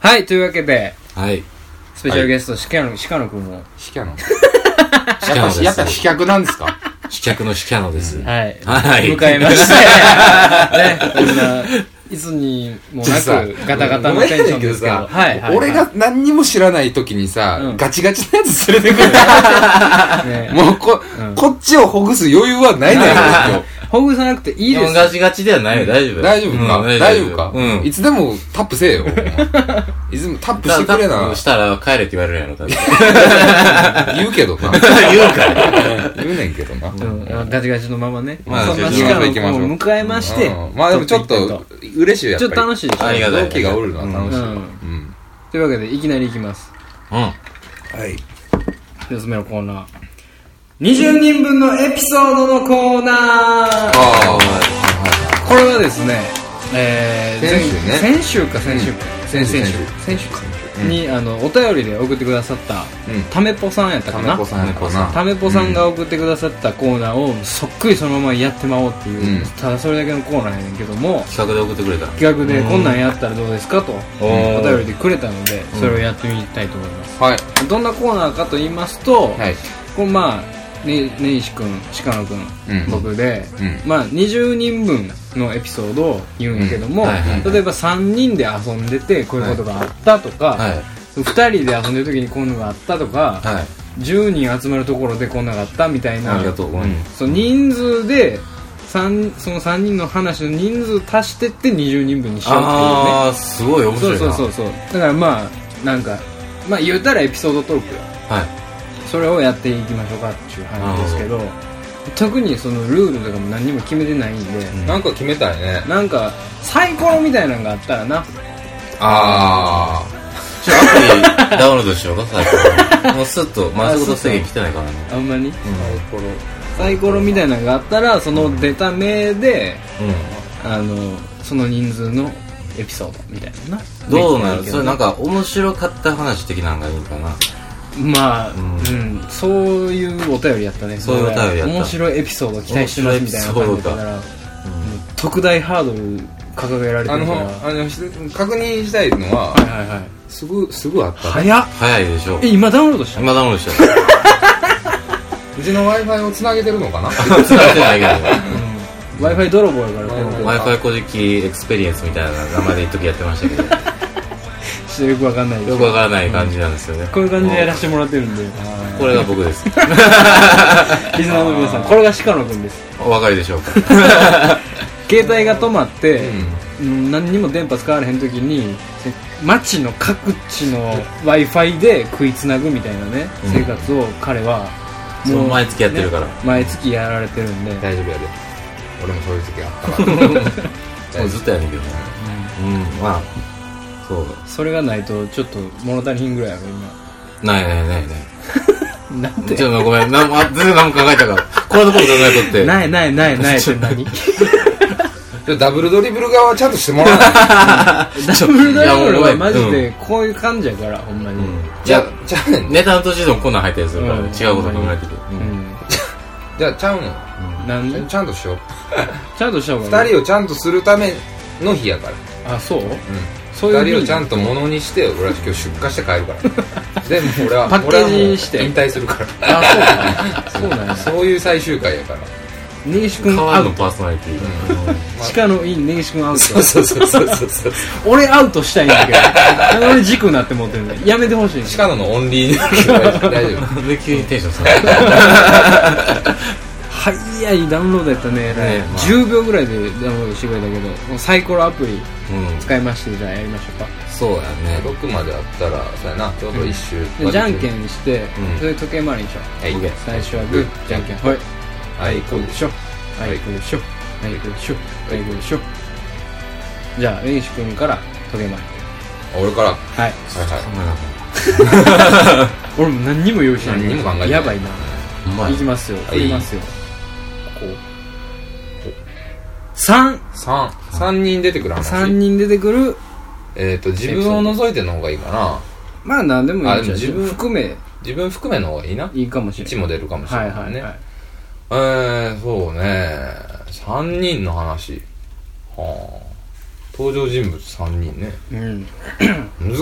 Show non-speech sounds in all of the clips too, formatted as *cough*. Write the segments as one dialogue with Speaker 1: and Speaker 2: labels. Speaker 1: はい、というわけで、
Speaker 2: はい。
Speaker 1: スペシャルゲスト、シカノ、シカノくんを。*laughs*
Speaker 3: 飛脚の。
Speaker 2: 飛
Speaker 3: や
Speaker 2: 脚
Speaker 3: っぱ、やっぱ
Speaker 2: です。
Speaker 3: 飛脚なんですか
Speaker 2: 飛脚の飛脚です。
Speaker 1: はい。
Speaker 2: は
Speaker 1: 迎
Speaker 2: い
Speaker 1: えま
Speaker 3: *laughs*
Speaker 1: して、ね、こんな、いつにも
Speaker 3: ちょっ
Speaker 1: な
Speaker 3: とさ
Speaker 1: く、ガタガタのテンションですけど。
Speaker 3: ごめんやねんけどさ
Speaker 1: はい、はい。
Speaker 3: 俺が何にも知らない時にさ、
Speaker 1: うん
Speaker 3: ガチガチのやつ連れてくる。
Speaker 1: ね、
Speaker 3: もうこ、
Speaker 1: うん
Speaker 3: こっちをほぐす余裕はないのよ、今
Speaker 1: ほぐさなくていい
Speaker 2: い
Speaker 1: で
Speaker 2: や
Speaker 1: す。
Speaker 2: ガチガチではないよ、大丈夫
Speaker 3: 日。
Speaker 2: よ。
Speaker 3: 大丈夫か、
Speaker 2: うん
Speaker 3: 大丈夫か、
Speaker 2: うん。
Speaker 3: いつでもタップせえよ。お前いつでもタップしてくれ
Speaker 2: タッ
Speaker 3: な
Speaker 2: プ。したら帰れって言われるやろ、多分。
Speaker 3: 言うけ
Speaker 1: *laughs*
Speaker 3: どな。
Speaker 2: 言うから。
Speaker 3: 言うねんけどな。
Speaker 1: うん、ガチガチのままね。
Speaker 3: まあ
Speaker 1: そんな
Speaker 3: ガチ
Speaker 1: シ
Speaker 3: ガ
Speaker 1: カノ
Speaker 3: チの
Speaker 1: く
Speaker 3: ま
Speaker 1: ん
Speaker 3: ま行きましょう
Speaker 1: を迎えまして、
Speaker 3: うんまあでもちょっ
Speaker 1: 撮てい
Speaker 3: と
Speaker 1: きたい、
Speaker 3: 嬉しいよ、や
Speaker 1: ちょ
Speaker 3: っ
Speaker 1: っ
Speaker 3: ぱ
Speaker 1: と
Speaker 3: り。
Speaker 1: 楽しいでしょ
Speaker 2: ありがたい
Speaker 3: 同期がおるのは楽しいよ。
Speaker 1: うん
Speaker 3: うん。
Speaker 1: というわけで、いきなりいきます。
Speaker 2: うん。
Speaker 3: はい。
Speaker 1: 一つ目のコーナー。20人分のエピソードのコーナー
Speaker 3: あ
Speaker 1: これはですね、えー、
Speaker 3: 先週ね
Speaker 1: 前先週か先週か、
Speaker 3: 先週
Speaker 1: 先々週先週か、にあのお便りで送ってくださった、
Speaker 3: うん
Speaker 1: ためぽさんやっ
Speaker 3: あ、
Speaker 1: た
Speaker 3: タ
Speaker 1: かな
Speaker 3: メコさんやったな。
Speaker 1: ためぽさんが送ってくださったコーナーをそっくりそのままやってまおうっていう、
Speaker 3: うん
Speaker 1: ただそれだけのコーナーやねんけども
Speaker 2: 企画で送ってくれた。
Speaker 1: 企画でこんなんやったらどうですかと
Speaker 2: お
Speaker 1: お
Speaker 2: ー
Speaker 1: 便りでくれたのでそれをやってみたいと思います、
Speaker 3: はい。
Speaker 1: どんなコーナーかと言いますと、
Speaker 3: はい。
Speaker 1: こうまあね根岸君鹿野君、
Speaker 3: うん
Speaker 1: 僕で、
Speaker 3: うん
Speaker 1: まあ、20人分のエピソードを言うんやけども、
Speaker 2: うんはいはい
Speaker 1: 例えば3人で遊んでてこういうことがあったとか、
Speaker 2: はい。
Speaker 1: 2人で遊んでる時にこういうのがあったとか、
Speaker 2: はい。
Speaker 1: 10人集まるところでこんなのがあったみたいな
Speaker 2: ありがとう。うん。
Speaker 1: その人数で3その3人の話の人数足してって20人分にしようっていうね
Speaker 2: あー、すごい面
Speaker 1: そ
Speaker 2: 白
Speaker 1: う
Speaker 2: いな。
Speaker 1: そうそうそうだからまあなんかまあ言うたらエピソードトークよ
Speaker 2: はい。
Speaker 1: それをやっていきましょうかっていう話ですけど特にそのルールとかも何にも決めてないんで、
Speaker 2: ん
Speaker 3: なんか決めたいね。
Speaker 1: なんかサイコロみたいなのがあったらな
Speaker 3: ああ。
Speaker 2: ちょ、アプリダ *laughs* ウンロードしようか、最近。もうすっと、まあ、そういうこと制限来てないからね。
Speaker 1: あんまり
Speaker 3: これ
Speaker 1: サイコロみたいなのがあったらその出た目で
Speaker 2: う。
Speaker 1: あのその人数のエピソードみたいななん
Speaker 2: どうなる
Speaker 1: でき
Speaker 2: それなんか、面白かった話的なのがいいんかな。
Speaker 1: まあ、う
Speaker 2: うん
Speaker 1: んそういうお便りやったね
Speaker 2: そういうお便りやった
Speaker 1: 面白いエピソード期待してますみたいな感じだから、もう特大ハードル掲げられて
Speaker 3: あ
Speaker 1: る
Speaker 3: の
Speaker 1: から、
Speaker 3: あの、し確認したいのは、
Speaker 1: はいはいはい
Speaker 3: すぐ、すぐあった。
Speaker 1: 早っ
Speaker 2: 早いでしょ。
Speaker 1: え今ダウンロードした
Speaker 2: 今ダウンロードした *laughs* よ。
Speaker 3: うちの Wi-Fi をつなげてるのかな
Speaker 2: 使ってないけ
Speaker 1: w
Speaker 2: ど。
Speaker 1: i f i 泥棒やからこ
Speaker 3: Wi-Fi
Speaker 1: の
Speaker 2: Wi-Fi 古事記エクスペリエンスみたいな名前で一時やってましたけ
Speaker 1: *laughs*
Speaker 2: ど、よ
Speaker 1: ちょっとよくわかんないです
Speaker 2: くわからない感じなんですよね。
Speaker 1: こういう感じでやらせてもらってるんではい
Speaker 2: これが
Speaker 1: *laughs*
Speaker 2: 僕です。
Speaker 1: リスナーの皆さんこれが鹿野くんです
Speaker 2: お分かりでしょうか。
Speaker 1: *laughs* 携帯が止まって、うん何にも電波使われへん時に街の各地の w i f i で食いつなぐみたいなね、
Speaker 2: うん
Speaker 1: 生活を彼は
Speaker 2: その毎月やってるから
Speaker 1: ね毎月やられてるんで
Speaker 3: 大丈夫やで。俺もそういう時あった
Speaker 2: もうずっとやねんけどね。うん、まあ、そう
Speaker 1: それがないとちょっと物足りひんぐらいある
Speaker 2: ないないないな
Speaker 1: 今 *laughs* なん
Speaker 2: い。
Speaker 1: て
Speaker 2: ちょっとごめん、なんも、あ全然何も考えたから。これのこと考えとって。
Speaker 1: ない
Speaker 2: い。
Speaker 1: ないない
Speaker 2: *laughs*
Speaker 1: ないって何
Speaker 3: から。ダブルドリブル側はちゃんとしてもらわない。
Speaker 1: ダブル
Speaker 2: いや
Speaker 1: ダ
Speaker 2: も
Speaker 1: ブ
Speaker 2: う
Speaker 1: ル
Speaker 2: ごめ
Speaker 1: は
Speaker 2: ん
Speaker 1: マジでこういう感じやから、ほんまに、
Speaker 2: うん
Speaker 3: じ
Speaker 2: じ
Speaker 3: ゃ
Speaker 2: ゃ
Speaker 3: あ、ちゃうね
Speaker 2: あ、
Speaker 3: ん。
Speaker 2: ネタの途中でもこんなん入ったりするから、
Speaker 1: うん
Speaker 2: 違うこと考えてる。
Speaker 1: うん
Speaker 3: じゃあ、ちゃうねん。
Speaker 1: なん
Speaker 3: ちゃ
Speaker 1: で
Speaker 3: んちゃんとしよう。
Speaker 1: ちゃんとした方が
Speaker 3: 二
Speaker 1: いい
Speaker 3: 人をちゃんとするための日やから。
Speaker 1: あそうそう
Speaker 3: 二
Speaker 1: いうふ
Speaker 3: 人
Speaker 1: う
Speaker 3: を
Speaker 1: に
Speaker 3: ちゃんとものにして、俺は今日出荷して帰るから。でも俺は、
Speaker 1: パッケージして
Speaker 3: 俺はもう引退するから。
Speaker 1: あそうなんやそうなんや
Speaker 3: そういう最終回やから。
Speaker 1: 根岸
Speaker 2: 変
Speaker 1: 君
Speaker 2: わ
Speaker 1: ア
Speaker 2: るの
Speaker 1: ウ
Speaker 2: パーソナリティが。
Speaker 1: トしかのいい根岸君アウ
Speaker 3: *laughs* そうそうそうそうそうそう。
Speaker 1: ト俺アウトしたいんだけ *laughs* ど俺軸になって持ってるんでやめてほしい
Speaker 3: 鹿野のオンリーで大丈夫。
Speaker 2: うんで、急にテンション下がる。
Speaker 1: 早いダウンロードやったね
Speaker 2: えまあ
Speaker 1: 10秒ぐらいでダウンロードしてくれたけどもうサイコロアプリ
Speaker 2: うん。
Speaker 1: 使いましてじゃあやりましょうか
Speaker 2: そうやね。
Speaker 3: 6まであったらそうやなちょうど一周
Speaker 1: でじゃんけ
Speaker 3: ん
Speaker 1: んして
Speaker 2: うん
Speaker 1: それで時計回りにしよ
Speaker 3: はいう
Speaker 1: う最初はグーじゃんけんはい
Speaker 3: はいこう
Speaker 1: でしょはいこうでしょはいこうでしょはいこうでしょじゃあ根岸君から時計回り
Speaker 3: 俺からはい
Speaker 1: はい
Speaker 2: 考
Speaker 3: は
Speaker 2: えなかっ
Speaker 1: 俺も何にも用意しない
Speaker 3: 何にも考えてない
Speaker 1: やばいな
Speaker 2: たうまい
Speaker 1: いき。ますよ
Speaker 3: い
Speaker 1: 振りますよこう三
Speaker 3: い三三人出てくる話
Speaker 1: 三人出てくる
Speaker 3: えっと自分を除いての方がいいかな
Speaker 1: まあ何でもいいんじゃ
Speaker 3: あ
Speaker 1: ん
Speaker 3: でも自
Speaker 1: 自
Speaker 3: 分
Speaker 1: 分含め
Speaker 3: 自分含めの方がいいない
Speaker 1: いかもしれ
Speaker 3: 1
Speaker 1: ない
Speaker 3: も出るかもしれ
Speaker 1: は
Speaker 3: ないい
Speaker 1: はい
Speaker 3: ね
Speaker 1: はい
Speaker 3: えーそうね三人の話は登場人物3人ね
Speaker 1: うん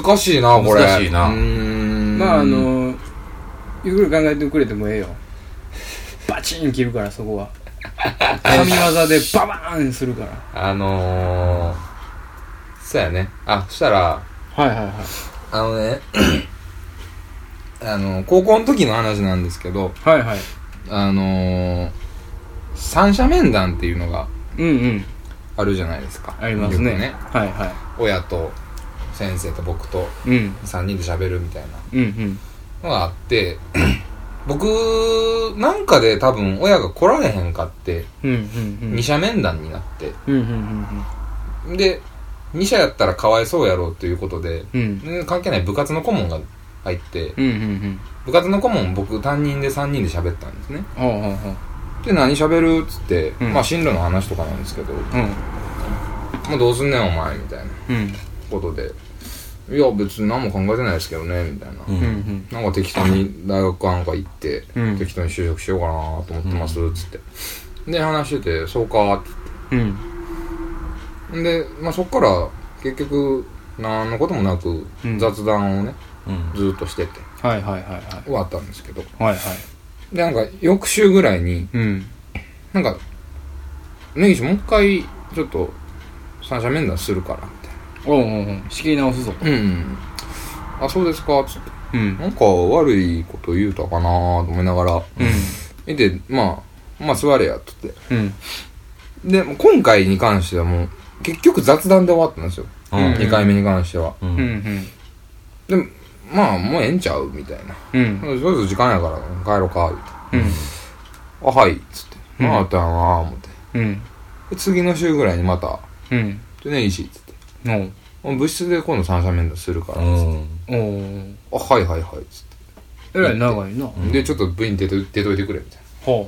Speaker 3: 難しいなこれ
Speaker 2: 難しいな
Speaker 3: うーん
Speaker 1: まああのゆっくり考えてくれてもええよバチン切るからそこは神業でババーンするから
Speaker 3: あのー、そうやねあそしたら
Speaker 1: はいはいはい
Speaker 3: あのね *coughs* あの高校の時の話なんですけど
Speaker 1: はいはい
Speaker 3: あのー、三者面談っていうのが
Speaker 1: うんうん
Speaker 3: あるじゃないですか
Speaker 1: ありますね
Speaker 3: よく
Speaker 1: はいは
Speaker 3: 親と先生と僕と
Speaker 1: いうん
Speaker 3: 3人で喋るみたいな
Speaker 1: うんうん
Speaker 3: のがあって *coughs* 僕なんかで多分親が来られへんかって
Speaker 1: うんうんうん
Speaker 3: 二者面談になって
Speaker 1: うんうんうん
Speaker 3: で二者やったらかわいそうやろうということで、
Speaker 1: うんうん
Speaker 3: うん関係ない部活の顧問が入って
Speaker 1: うんうん
Speaker 3: 部活の顧問僕担任で3人で喋ったんですね
Speaker 1: うんはあはあは
Speaker 3: で何喋るっつって、
Speaker 1: うん
Speaker 3: まあ進路の話とかなんですけど「
Speaker 1: あ
Speaker 3: まあ、どうすんねんお前」みたいな
Speaker 1: うんうん
Speaker 3: ことで「いや別に何も考えてないですけどね」みたいな、
Speaker 2: うん
Speaker 1: うんうん
Speaker 3: なんか適当に大学かなんか行って、
Speaker 1: うん
Speaker 3: 適当に就職しようかなと思ってますっつって、で話してて「そうか」っつっ
Speaker 1: うん
Speaker 3: てで、まあ、そっから結局何のこともなく
Speaker 1: うん
Speaker 3: 雑談をね、
Speaker 2: うん
Speaker 3: ずーっとしてて
Speaker 1: はいはいはいはい
Speaker 3: 終わったんですけど
Speaker 1: はいはい
Speaker 3: でなんか翌週ぐらいに
Speaker 1: うん
Speaker 3: なんか「根岸もう一回ちょっと三者面談するから」み
Speaker 1: おうおうおう仕切り直すぞ
Speaker 3: たいな「うんあそうですか」つって
Speaker 1: うん
Speaker 3: なんか悪いこと言うたかなと思いながら
Speaker 1: う
Speaker 3: 見てまあまあ座れやっつって
Speaker 1: んうん
Speaker 3: でもう今回に関してはもう結局雑談で終わったんですよ、
Speaker 2: う
Speaker 3: 二
Speaker 2: ん
Speaker 3: 2回目に関しては
Speaker 2: う
Speaker 1: うん
Speaker 2: ん
Speaker 1: うん
Speaker 3: でもまあもうええんちゃうみたいな
Speaker 1: うん
Speaker 3: そろそろ時間やから帰ろうか言うて
Speaker 1: うん
Speaker 3: あはいっつって
Speaker 1: うん
Speaker 3: まああったんやな思って
Speaker 1: うん
Speaker 3: で次の週ぐらいにまた
Speaker 1: うん
Speaker 3: 「でねいいし」っつって
Speaker 1: おう
Speaker 3: もう部室で今度三者面談するから、
Speaker 2: うん
Speaker 1: おう
Speaker 3: あはいはいはいっつって、
Speaker 1: えらい長いなは
Speaker 2: うん
Speaker 3: でちょっと部員出と出といてくれみたいな
Speaker 1: あ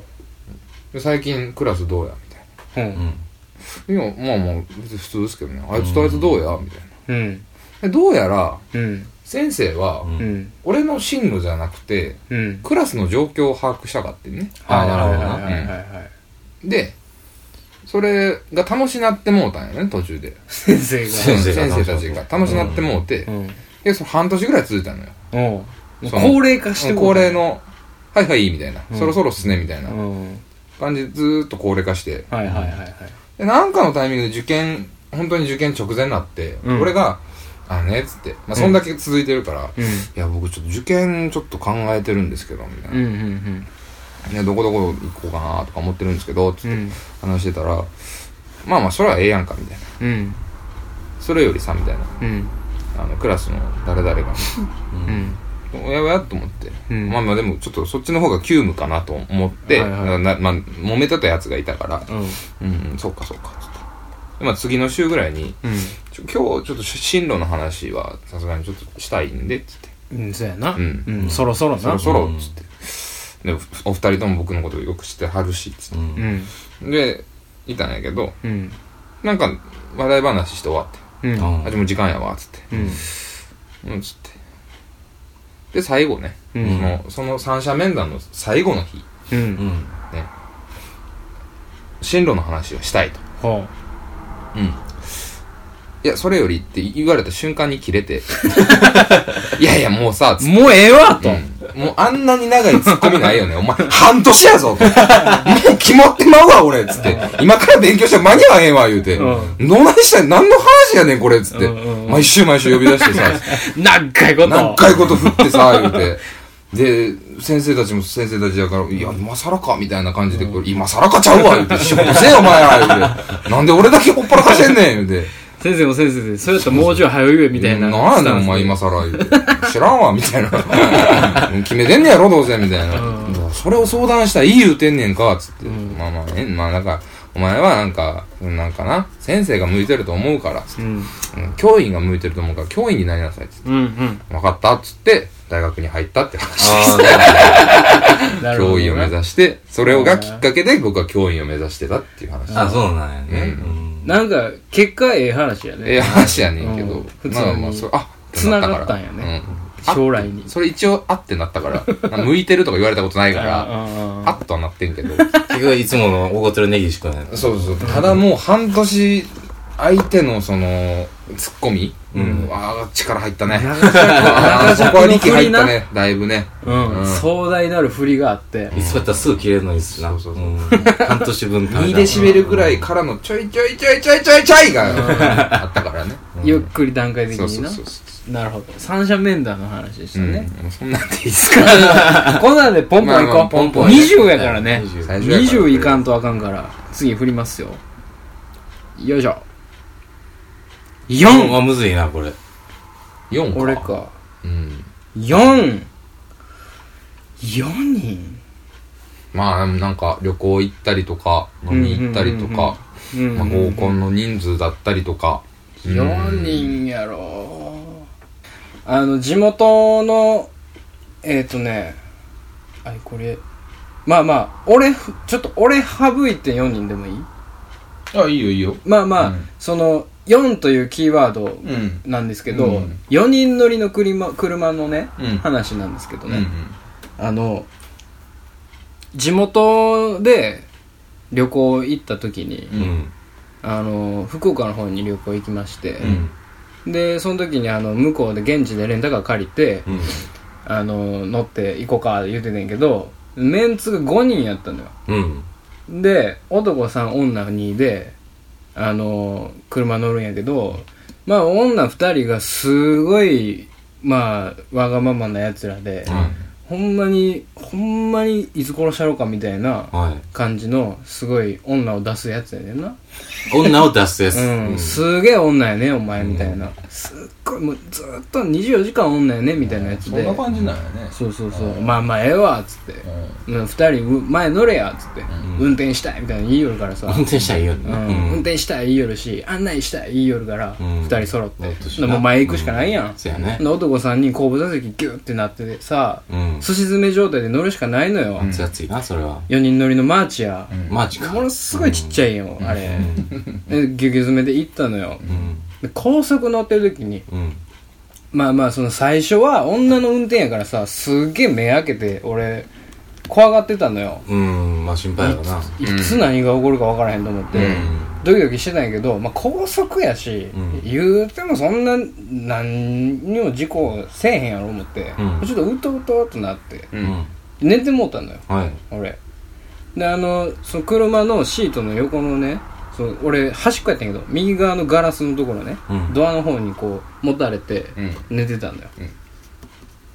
Speaker 3: で最近クラスどうやみたい
Speaker 1: うん
Speaker 3: な今まあまあ別に普通ですけどねあいつとあいつどうやみたいな
Speaker 1: うん
Speaker 3: でどうやら
Speaker 1: うん
Speaker 3: 先生は
Speaker 2: うん
Speaker 1: うん
Speaker 3: 俺の進路じゃなくて
Speaker 1: うん
Speaker 3: クラスの状況を把握したかってね
Speaker 1: はい
Speaker 2: あ
Speaker 1: は
Speaker 2: ー
Speaker 1: い
Speaker 2: なるほど
Speaker 1: は
Speaker 2: ない
Speaker 1: はいはいはい
Speaker 3: でそれが楽しなってもうたんよね途中で
Speaker 1: 先生
Speaker 2: *laughs* 先生が
Speaker 3: たちが楽しなってもうて、
Speaker 1: がうん
Speaker 3: でその半年ぐらい続いたのよ
Speaker 1: おうもう
Speaker 3: その
Speaker 1: 高齢化して
Speaker 3: 高齢の「はいはい」みたいな、
Speaker 1: うん
Speaker 3: そろそろっすね」みたいな
Speaker 1: うん
Speaker 3: 感じでずーっと高齢化して
Speaker 1: はいはいはいはい
Speaker 3: で、なんかのタイミングで受験、本当に受験直前になって、
Speaker 1: うん
Speaker 3: 俺が、あのね、つって、まあ、そんだけ続いてるから、
Speaker 1: うん
Speaker 3: いや、僕ちょっと受験ちょっと考えてるんですけど、みたいな。
Speaker 1: うんうん
Speaker 3: ね、どこどこ行こうかなとか思ってるんですけど、つ
Speaker 1: う
Speaker 3: って
Speaker 1: ん
Speaker 3: 話してたら、まあまあ、それはええやんか、みたいな。
Speaker 1: うん
Speaker 3: それよりさ、みたいな。
Speaker 1: うん
Speaker 3: あの、クラスの誰々が、 *laughs*
Speaker 1: うん
Speaker 3: おやおやと思って、
Speaker 1: うん
Speaker 3: まあまあでもちょっとそっちの方が急務かなと思って、
Speaker 1: はいはい
Speaker 3: なまあ、揉めてたやつがいたから、
Speaker 1: うん
Speaker 3: うん、うん、そうかそうか、つって。でまあ次の週ぐらいに、ちょ今日ちょっと進路の話はさすがにちょっとしたいんでっつって
Speaker 1: うんそうやな
Speaker 3: うん
Speaker 1: うんそろそろ
Speaker 3: そ
Speaker 1: な
Speaker 3: ろそろっつって、でおお二人とも僕のことよく知ってはるしっつっ
Speaker 2: うん
Speaker 1: うん
Speaker 3: てでいたんやけど
Speaker 1: うん
Speaker 3: なんか話題話して終わって
Speaker 1: うん
Speaker 2: あ
Speaker 3: 「あでも時間やわ」っつって
Speaker 1: うん
Speaker 3: 「うん」っつってで最後ね、
Speaker 1: う
Speaker 3: そ
Speaker 1: ん
Speaker 3: のその三者面談の最後の日
Speaker 1: うん
Speaker 2: うん
Speaker 3: 進路の話をしたいと
Speaker 1: ほ
Speaker 3: うんいやそれよりって言われた瞬間に切
Speaker 1: *laughs*
Speaker 3: れて「いやいやもうさ」っつって
Speaker 1: うもうええわと
Speaker 3: うんもうあんなに長いツッコミないよね。お前、半年やぞと。もう決まってまうわ、俺。つって。今から勉強して間に合わへんわ、言うて。
Speaker 1: う
Speaker 3: どないしたい何の話やねん、これ。つって
Speaker 1: うんうんう。ん
Speaker 3: 毎週毎週呼び出してさ、
Speaker 1: 長いこと
Speaker 3: 何回こと振ってさ、言うて。で、先生たちも先生たちだから、いや、今更か、みたいな感じで、これ、今更かちゃうわ、言うて。仕事せえよ、お前ら、言うて。なんで俺だけほっぱらかしてんねん、言うて。
Speaker 1: 先生も先生でそれやったらもうちょい早言えみたいな
Speaker 3: なんやねん、お前今更言うて。知らんわ、み
Speaker 1: *laughs*
Speaker 3: たいな。うん決めてんねやろ、どうせ、みたい
Speaker 1: う
Speaker 3: な。
Speaker 1: ん
Speaker 3: どうそれを相談したらいい言うてんねんか、つって。
Speaker 1: うん
Speaker 3: まあまあ、え、まあなんか、お前はなんか、なんかな、先生が向いてると思うから、つって
Speaker 1: うん
Speaker 3: うん教員が向いてると思うから、教員になりなさい、つって。
Speaker 1: うんうん
Speaker 3: 分かった、つって、大学に入ったって話。
Speaker 2: ああなる
Speaker 1: なるほどな
Speaker 3: 教員を目指して、それをがきっかけで僕は教員を目指してたっていう話
Speaker 2: ほ。どあそうなんやね
Speaker 3: う
Speaker 2: うん
Speaker 1: なんか結果ええ話や
Speaker 3: ええ
Speaker 1: ね
Speaker 3: 話やねんけど、
Speaker 1: うん普通に
Speaker 3: まあまあ、それ、あ、
Speaker 1: 繋がったんやね
Speaker 3: うん
Speaker 1: 将来に
Speaker 3: それ一応、あってなったから。向いてるとか言われたことないから、
Speaker 1: あ
Speaker 3: あっとはなってんけど。
Speaker 2: 結局いつものおごってる根岸君やね
Speaker 3: そうそう。ただもう半年、相手のその、ツッコミ、
Speaker 2: う
Speaker 3: うんん、ああ、力入ったね。
Speaker 1: 長
Speaker 3: ああ、こ
Speaker 1: 尺
Speaker 3: こは
Speaker 1: の
Speaker 3: 力
Speaker 1: 振
Speaker 3: 入
Speaker 1: り
Speaker 3: っ
Speaker 1: な
Speaker 3: たね、だいぶね。
Speaker 1: うん
Speaker 3: うん
Speaker 1: 壮大なる振りがあって
Speaker 2: いつだったらすぐ切れるのにすな。
Speaker 3: そうそうそうん
Speaker 2: 半年分食べた
Speaker 3: 2デシベルぐらいからのちょいちょいちょいちょいちょいちょいがあったからね。
Speaker 1: ゆっくり段階的
Speaker 3: そう
Speaker 1: に
Speaker 3: そう
Speaker 1: な
Speaker 3: そうそ
Speaker 1: なるほど三者面談の話でした
Speaker 3: う。
Speaker 1: ね
Speaker 3: うん、そんなんでいいです
Speaker 1: *laughs*
Speaker 3: か
Speaker 1: こんなんでポンポンい
Speaker 3: まあま
Speaker 1: こ
Speaker 3: あ
Speaker 1: う
Speaker 3: ポンポン
Speaker 1: 20やからね
Speaker 2: 20
Speaker 3: 最初やから
Speaker 1: 20いかんとあかんから次振りますよよいしょ
Speaker 2: 4
Speaker 1: 4
Speaker 2: はむずいな、これ。
Speaker 3: 4か。
Speaker 1: 俺。か
Speaker 3: うん。
Speaker 1: 44人
Speaker 3: まあ、なんか旅行行ったりとか、飲み行ったりとか、
Speaker 1: う
Speaker 3: まあ合コンの人数だったりとか。うん
Speaker 1: 4人やろあの地元のえっ、ー、とねあれこれまあまあ俺ちょっと俺省いて4人でもいい
Speaker 3: あ、いいよいいよ。
Speaker 1: まあまあ、
Speaker 3: うん
Speaker 1: その4というキーワード
Speaker 3: うん。
Speaker 1: なんですけど、
Speaker 3: うん
Speaker 1: 4人乗りの車車のね、
Speaker 3: うん
Speaker 1: 話なんですけど
Speaker 3: う
Speaker 1: ね、
Speaker 3: ん。
Speaker 1: あの地元で旅行行った時に、
Speaker 3: う
Speaker 2: うんん。
Speaker 1: あの福岡の方に旅行行きまして、
Speaker 2: うん。
Speaker 1: でその時にあの向こうで現地でレンタカー借りて、
Speaker 2: うん。
Speaker 1: あの乗って行こうか言うてたんやけどメンツが5人やったのよ
Speaker 2: うん。
Speaker 1: で男3女2であの車乗るんやけどまあ女2人がすごいまあわがままなやつらで、ほんまにほんまにいつ殺したろうかみたいな
Speaker 2: はい。
Speaker 1: 感じのすごい女を出すやつやねんな
Speaker 2: 女を出すやつ。
Speaker 1: うん、すげえ女やねお前みたいな、すっごいもうずっと24時間女やねみたいなやつ
Speaker 3: そ
Speaker 1: で
Speaker 3: んな感じなんやね。
Speaker 1: そうそうそうまあまあええわっつって、うん、2人う前乗れやっつって、
Speaker 2: ん
Speaker 1: 運転したいみたいな言いよるからさ、
Speaker 2: 運転したらいいよね。
Speaker 1: うん運転したい言いよるし案内したい言いよるから、
Speaker 2: う
Speaker 1: 二
Speaker 2: ん
Speaker 1: 2人揃っ
Speaker 2: そうで
Speaker 1: て
Speaker 2: すね
Speaker 1: もう前行くしかないやん、
Speaker 2: そうやね
Speaker 1: で。男さんに後部座席ギューってなっててさ、
Speaker 2: うん。
Speaker 1: すし詰め状態で乗るしかないのよ、
Speaker 2: 熱い熱いな、それは。
Speaker 1: 4人乗りのマーチや、
Speaker 2: マジか。
Speaker 1: ものすごいちっちゃいよ、あれ、でギュギュ詰めで行ったのよ、
Speaker 2: うん。
Speaker 1: で高速乗ってる時に
Speaker 2: うん。
Speaker 1: まあまあその最初は女の運転やからさすっげえ目開けて俺怖がってたのよ
Speaker 2: うん。まあ心配やろな。
Speaker 1: いつ何が起こるか分からへんと思って、
Speaker 2: うん。
Speaker 1: ドキドキしてたんやけど、まあ、高速やし、
Speaker 2: うん
Speaker 1: 言うてもそんな何にも事故せえへんやろ思って、
Speaker 2: うん
Speaker 1: ちょっとうとうととなって
Speaker 3: う。
Speaker 2: うんん。
Speaker 1: 寝てもうたのよ
Speaker 2: はい。
Speaker 1: 俺であのその車のシートの横のねその俺端っこやったんやけど右側のガラスのところね、
Speaker 2: うん
Speaker 1: ドアの方にこう持たれて
Speaker 3: うん。
Speaker 1: 寝てたんだよ、
Speaker 3: うん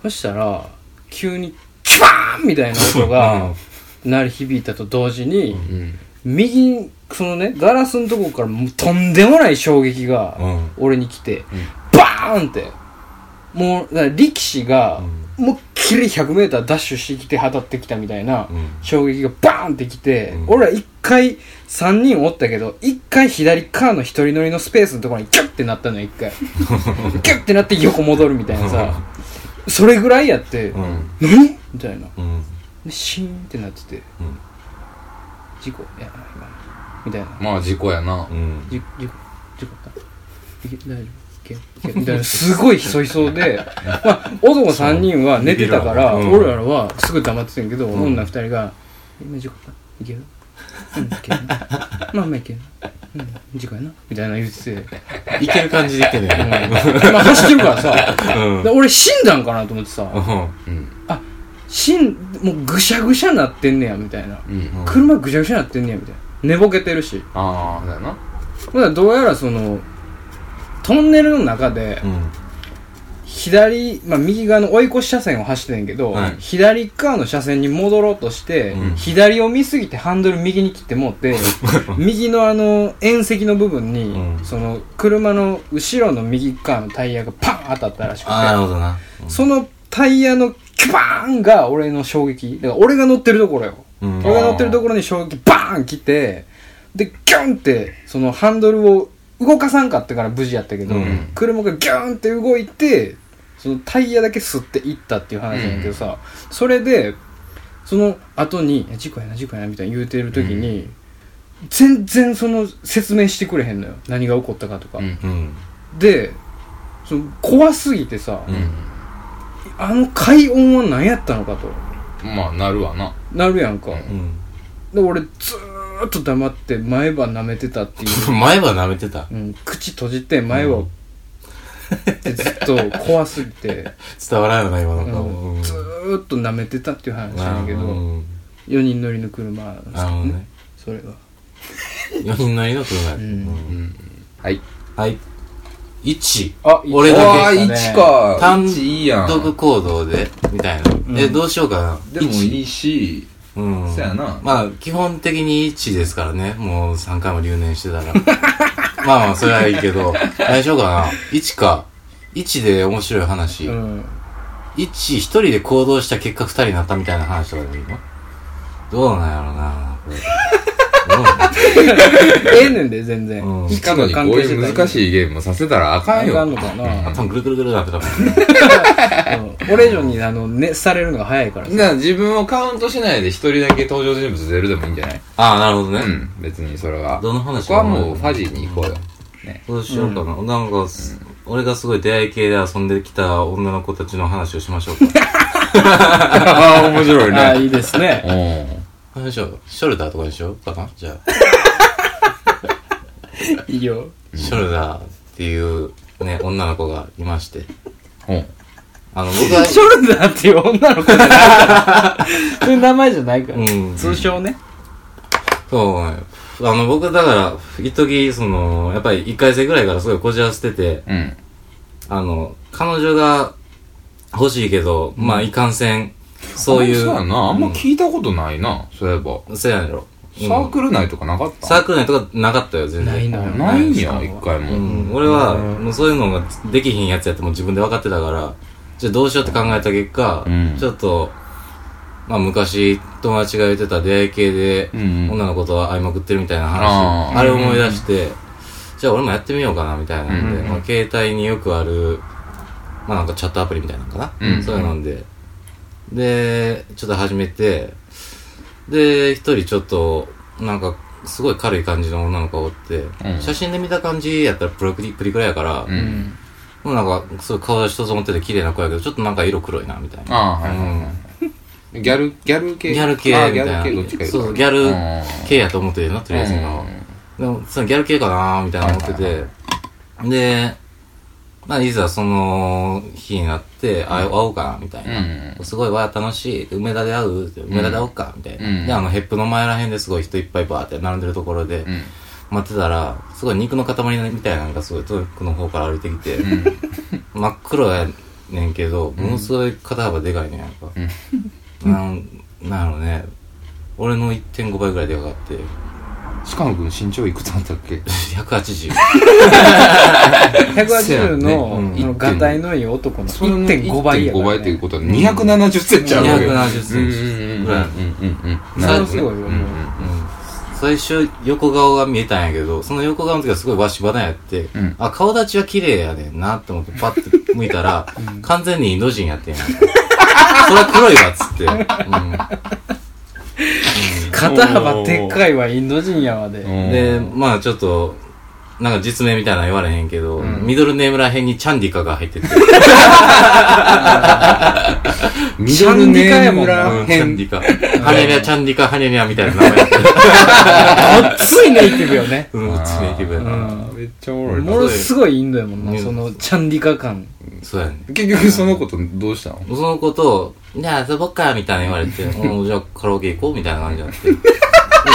Speaker 1: そしたら急にキュバーンみたいな音が鳴り響いたと同時に、
Speaker 3: うん。
Speaker 1: 右にそのねガラスのとこからもうとんでもない衝撃
Speaker 2: う
Speaker 1: が
Speaker 2: ん。
Speaker 1: 俺に来て、バーンってもうだから力士が思いっきり 100m ダッシュしてきて当たってきたみたいな
Speaker 2: うん
Speaker 1: 衝撃がバーンってきて、
Speaker 2: うん
Speaker 1: 俺ら一回3人おったけど一回左側の一人乗りのスペースのところにキュッてなったのよ一
Speaker 2: *laughs*
Speaker 1: 回キュッてなって横戻るみたいなさそれぐらいやって、
Speaker 2: うん。
Speaker 1: 何みたいな
Speaker 2: うん。
Speaker 1: でシーンってなってて
Speaker 2: うん。
Speaker 1: 事故やな今のみたいな
Speaker 3: まあ、事故やな
Speaker 2: う。ん。
Speaker 1: じ事故事故かいけ大丈夫いけいけ *laughs* みたいなすごいひそひそ *laughs* で、まあ、男3人は寝てたから、
Speaker 2: うん
Speaker 1: 俺らはすぐ黙ってたんやけど、女2人が「今事故かいけるうんいける *laughs* まあまあいけるうん事故やな」みたいな言ってて、
Speaker 2: いける感じでいける
Speaker 1: うん
Speaker 2: ね。
Speaker 1: まあ走ってるからさ *laughs*
Speaker 2: うん。
Speaker 1: で俺死んだんかなと思ってさ
Speaker 3: うん。
Speaker 1: 死んもうぐしゃぐしゃなってんねやみたいな
Speaker 3: うん。
Speaker 1: 車ぐしゃぐしゃなってんねやみたいな寝ぼけてるし
Speaker 3: ああ、だよな。
Speaker 1: ほんならどうやらそのトンネルの中で
Speaker 2: うん。
Speaker 1: 左、まあ、右側の追い越し車線を走ってんやけど、
Speaker 2: はい
Speaker 1: 左側の車線に戻ろうとして、
Speaker 2: うん
Speaker 1: 左を見すぎてハンドル右に切ってもう
Speaker 2: *laughs*
Speaker 1: て右のあの縁石の部分に、
Speaker 2: うん
Speaker 1: その車の後ろの右側のタイヤがパン当たったらしく
Speaker 2: ああ、なる
Speaker 1: て
Speaker 2: ほどな。
Speaker 1: そのタイヤのキュバーンが俺の衝撃だから俺が乗ってるところよ、
Speaker 2: うん。
Speaker 1: 俺が乗ってるところに衝撃バーン来てでギュンってそのハンドルを動かさんかってから無事やったけど、
Speaker 2: うん
Speaker 1: 車がギュンって動いてそのタイヤだけ吸っていったっていう話なんやけどさ、それでその後にいや「事故やな事故やな」みたいに言うてる時に、全然その説明してくれへんのよ何が起こったかとか、
Speaker 3: うん。
Speaker 2: うん。
Speaker 1: でその怖すぎてさ、
Speaker 2: うん。
Speaker 1: あの快音は何やったのかと
Speaker 3: まあ、なるわな。
Speaker 1: なるやんか、
Speaker 2: うん。、
Speaker 1: で俺ずーーっと黙って前歯舐めてた
Speaker 3: *laughs*
Speaker 1: っていう
Speaker 2: 前歯舐めてた。
Speaker 1: うん、口閉じて前歯を、ってずっと怖すぎて、
Speaker 2: 伝わらないな、今の
Speaker 1: う
Speaker 2: 顔。
Speaker 1: ん、ずーっと舐めてたっていう話
Speaker 2: な
Speaker 1: なん
Speaker 2: る
Speaker 1: だけど
Speaker 2: ほ
Speaker 1: 4人乗りの車なんですけ
Speaker 2: ど。な
Speaker 1: ど
Speaker 2: るほど
Speaker 1: ね
Speaker 2: ね。
Speaker 1: それが
Speaker 2: 4人乗りの車や
Speaker 1: う
Speaker 2: うんん
Speaker 3: はい。
Speaker 2: はい。1。
Speaker 1: あ
Speaker 2: 俺だけ
Speaker 1: 一
Speaker 3: あー、1か。
Speaker 2: 単
Speaker 3: 1いいやん。
Speaker 2: 独行動で、みたいな。え、どうしようかな。
Speaker 3: でも
Speaker 2: 一
Speaker 3: いいし、
Speaker 2: うん。
Speaker 3: そやな
Speaker 2: まあ、基本的に1ですからね。もう3回も留年してたら。 *laughs* まあまあ、それはいいけど。大丈夫かな ?1 か。1で面白い話。
Speaker 1: う
Speaker 2: 1、
Speaker 1: ん
Speaker 2: 一人で行動した結果2人になったみたいな話とかでもいいのどうなんやろうな。これどう
Speaker 3: *laughs*
Speaker 2: なん
Speaker 1: ええねんで全然
Speaker 2: うん
Speaker 3: 一度にこういう難しいゲームをさせたらあか
Speaker 1: あ
Speaker 3: ん
Speaker 1: かん
Speaker 3: よ。
Speaker 1: のかな
Speaker 2: 頭ぐるぐるぐるなってたもんね。
Speaker 1: うん俺以上にあの熱されるのが早いからさ
Speaker 3: な自分をカウントしないで一人だけ登場人物出るでもいいんじゃない
Speaker 2: ああ、なるほどね。
Speaker 3: うん、別にそれは。
Speaker 2: どの
Speaker 3: こ
Speaker 2: 話
Speaker 3: こはもうファジーに行こうよ。ね。
Speaker 2: どうしようかな。なんかす、俺がすごい出会い系で遊んできた女の子たちの話をしましょうか。
Speaker 3: ああ、面白い
Speaker 1: あ
Speaker 3: *laughs* ね。
Speaker 1: いいですね
Speaker 3: う
Speaker 2: あれでしょショルダーとかでしょかなじゃあ、
Speaker 1: いいよ
Speaker 2: ショルダーっていうね、女の子がいまして。
Speaker 3: ん。うん。
Speaker 2: あの、僕は、
Speaker 1: ショルダーっていう女の子じゃないからそういう名前じゃないから
Speaker 2: うん
Speaker 1: *laughs* 通称ね
Speaker 2: そうね、あの、僕だから、一時その、やっぱり一回生ぐらいからすごいこじらせてて、
Speaker 3: うん。
Speaker 2: あの、彼女が欲しいけど、まあ、いかんせん、そういう。
Speaker 3: あそうやな。あんま聞いたことないな。そういえば。
Speaker 2: うんそうやねんろ。
Speaker 3: サークル内とかなかっ
Speaker 2: サ
Speaker 3: た
Speaker 2: ークル内とかなかったよ、全然。
Speaker 1: ないな
Speaker 3: ないんや、一回
Speaker 2: う
Speaker 3: も。
Speaker 2: ん、俺は、もうそういうのができひんやつやってもう自分で分かってたから、じゃあどうしようって考えた結果、
Speaker 3: うん
Speaker 2: ちょっと、まあ昔、友達が言ってた出会い系で、
Speaker 3: うん
Speaker 2: 女の子と会いまくってるみたいな
Speaker 3: あ
Speaker 2: 話、
Speaker 3: ー
Speaker 2: あれを思い出して、じゃあ俺もやってみようかなみたいなんで、まあ、携帯によくある、まあなんかチャットアプリみたいなのかな、
Speaker 3: うん
Speaker 2: そういうので、で、ちょっと始めて、で、一人ちょっと、なんか、すごい軽い感じの女の子がおって、
Speaker 3: うん
Speaker 2: 写真で見た感じやったらプロクリプリクラやから、
Speaker 3: う。
Speaker 1: うんん
Speaker 2: もうなんか、そう顔出しと思ってて綺麗な子やけど、ちょっとなんか色黒いな、みたいな。
Speaker 3: ああ、はいはいはい。ギャル、ギャル
Speaker 2: う
Speaker 3: 系
Speaker 2: んギャル系み
Speaker 3: あ
Speaker 2: た
Speaker 3: あ
Speaker 2: い
Speaker 3: ギ
Speaker 2: な
Speaker 3: ャル系、どっちか。言
Speaker 2: そうそう、ギ
Speaker 3: ャ
Speaker 2: ャル系やと思ってるな、とりあえず今は
Speaker 3: うん
Speaker 2: でも、そのギャル系かな、みたいな思ってて。で、まあ、いざその日になって、あ会おうかな、みたいな。
Speaker 3: う
Speaker 2: すごいわあ楽しい梅田で会う梅田で会おうかみたいな、
Speaker 3: うん
Speaker 2: であのヘップの前らへんですごい人いっぱいバーって並んでるところで
Speaker 3: ん
Speaker 2: 待ってたらすごい肉の塊みたいなのがすごいトルクの方から歩いてきて、真っ黒やねんけどものすごい肩幅でかいねんやんか、なんなんやろね俺の1.5倍ぐらいでかかって
Speaker 3: 鹿野くん身長いくつあったっけ
Speaker 2: 180
Speaker 1: 180の
Speaker 3: うん
Speaker 1: あのガタイのいい男の
Speaker 3: それの
Speaker 1: 1.5倍やか
Speaker 3: 1.5
Speaker 1: ら
Speaker 3: 倍とい
Speaker 1: ね
Speaker 3: うことは270センチあるわけ
Speaker 2: 270センチぐらい
Speaker 3: うんうんうんうんうん
Speaker 1: それ
Speaker 3: なる
Speaker 1: は
Speaker 3: ほ
Speaker 1: す
Speaker 3: ど
Speaker 1: ごい
Speaker 3: ね
Speaker 1: よ
Speaker 3: うん
Speaker 1: もう
Speaker 2: 最初横顔が見えたんやけどその横顔の時はすごいわしばなやって、
Speaker 3: ん
Speaker 2: あ顔立ちは綺麗やねんなって思ってパッて向いたら、完全にインド人やってんやそれは黒いわっつって、う
Speaker 1: 肩幅でっかいわインド人やわで
Speaker 3: うん
Speaker 2: ん、でまあちょっとなんか実名みたいなの言われへんけど、ミドルネームらへんにチャンディカが入 *laughs* ってて、
Speaker 3: ミドルネームら
Speaker 2: うんチャンデ
Speaker 3: 辺
Speaker 2: ィカハネリャチャンディカハネリャみたいな名前やってる、
Speaker 1: 熱いネイティブよね
Speaker 2: *laughs* うん、 *laughs* うちネイティブや
Speaker 1: う
Speaker 2: な、
Speaker 1: ん
Speaker 3: めっちゃおもろいな
Speaker 1: ものすごいインドやもん
Speaker 2: う
Speaker 1: な、
Speaker 2: ん
Speaker 1: そのチャンディカ感。
Speaker 2: そうやね
Speaker 3: 結局そのことどうしたの
Speaker 2: その子と、じゃあ遊ぼっか、みたいな言わ
Speaker 1: *laughs*
Speaker 2: れて、うん、じゃあカラオケ行こう、みたいな感じになって。で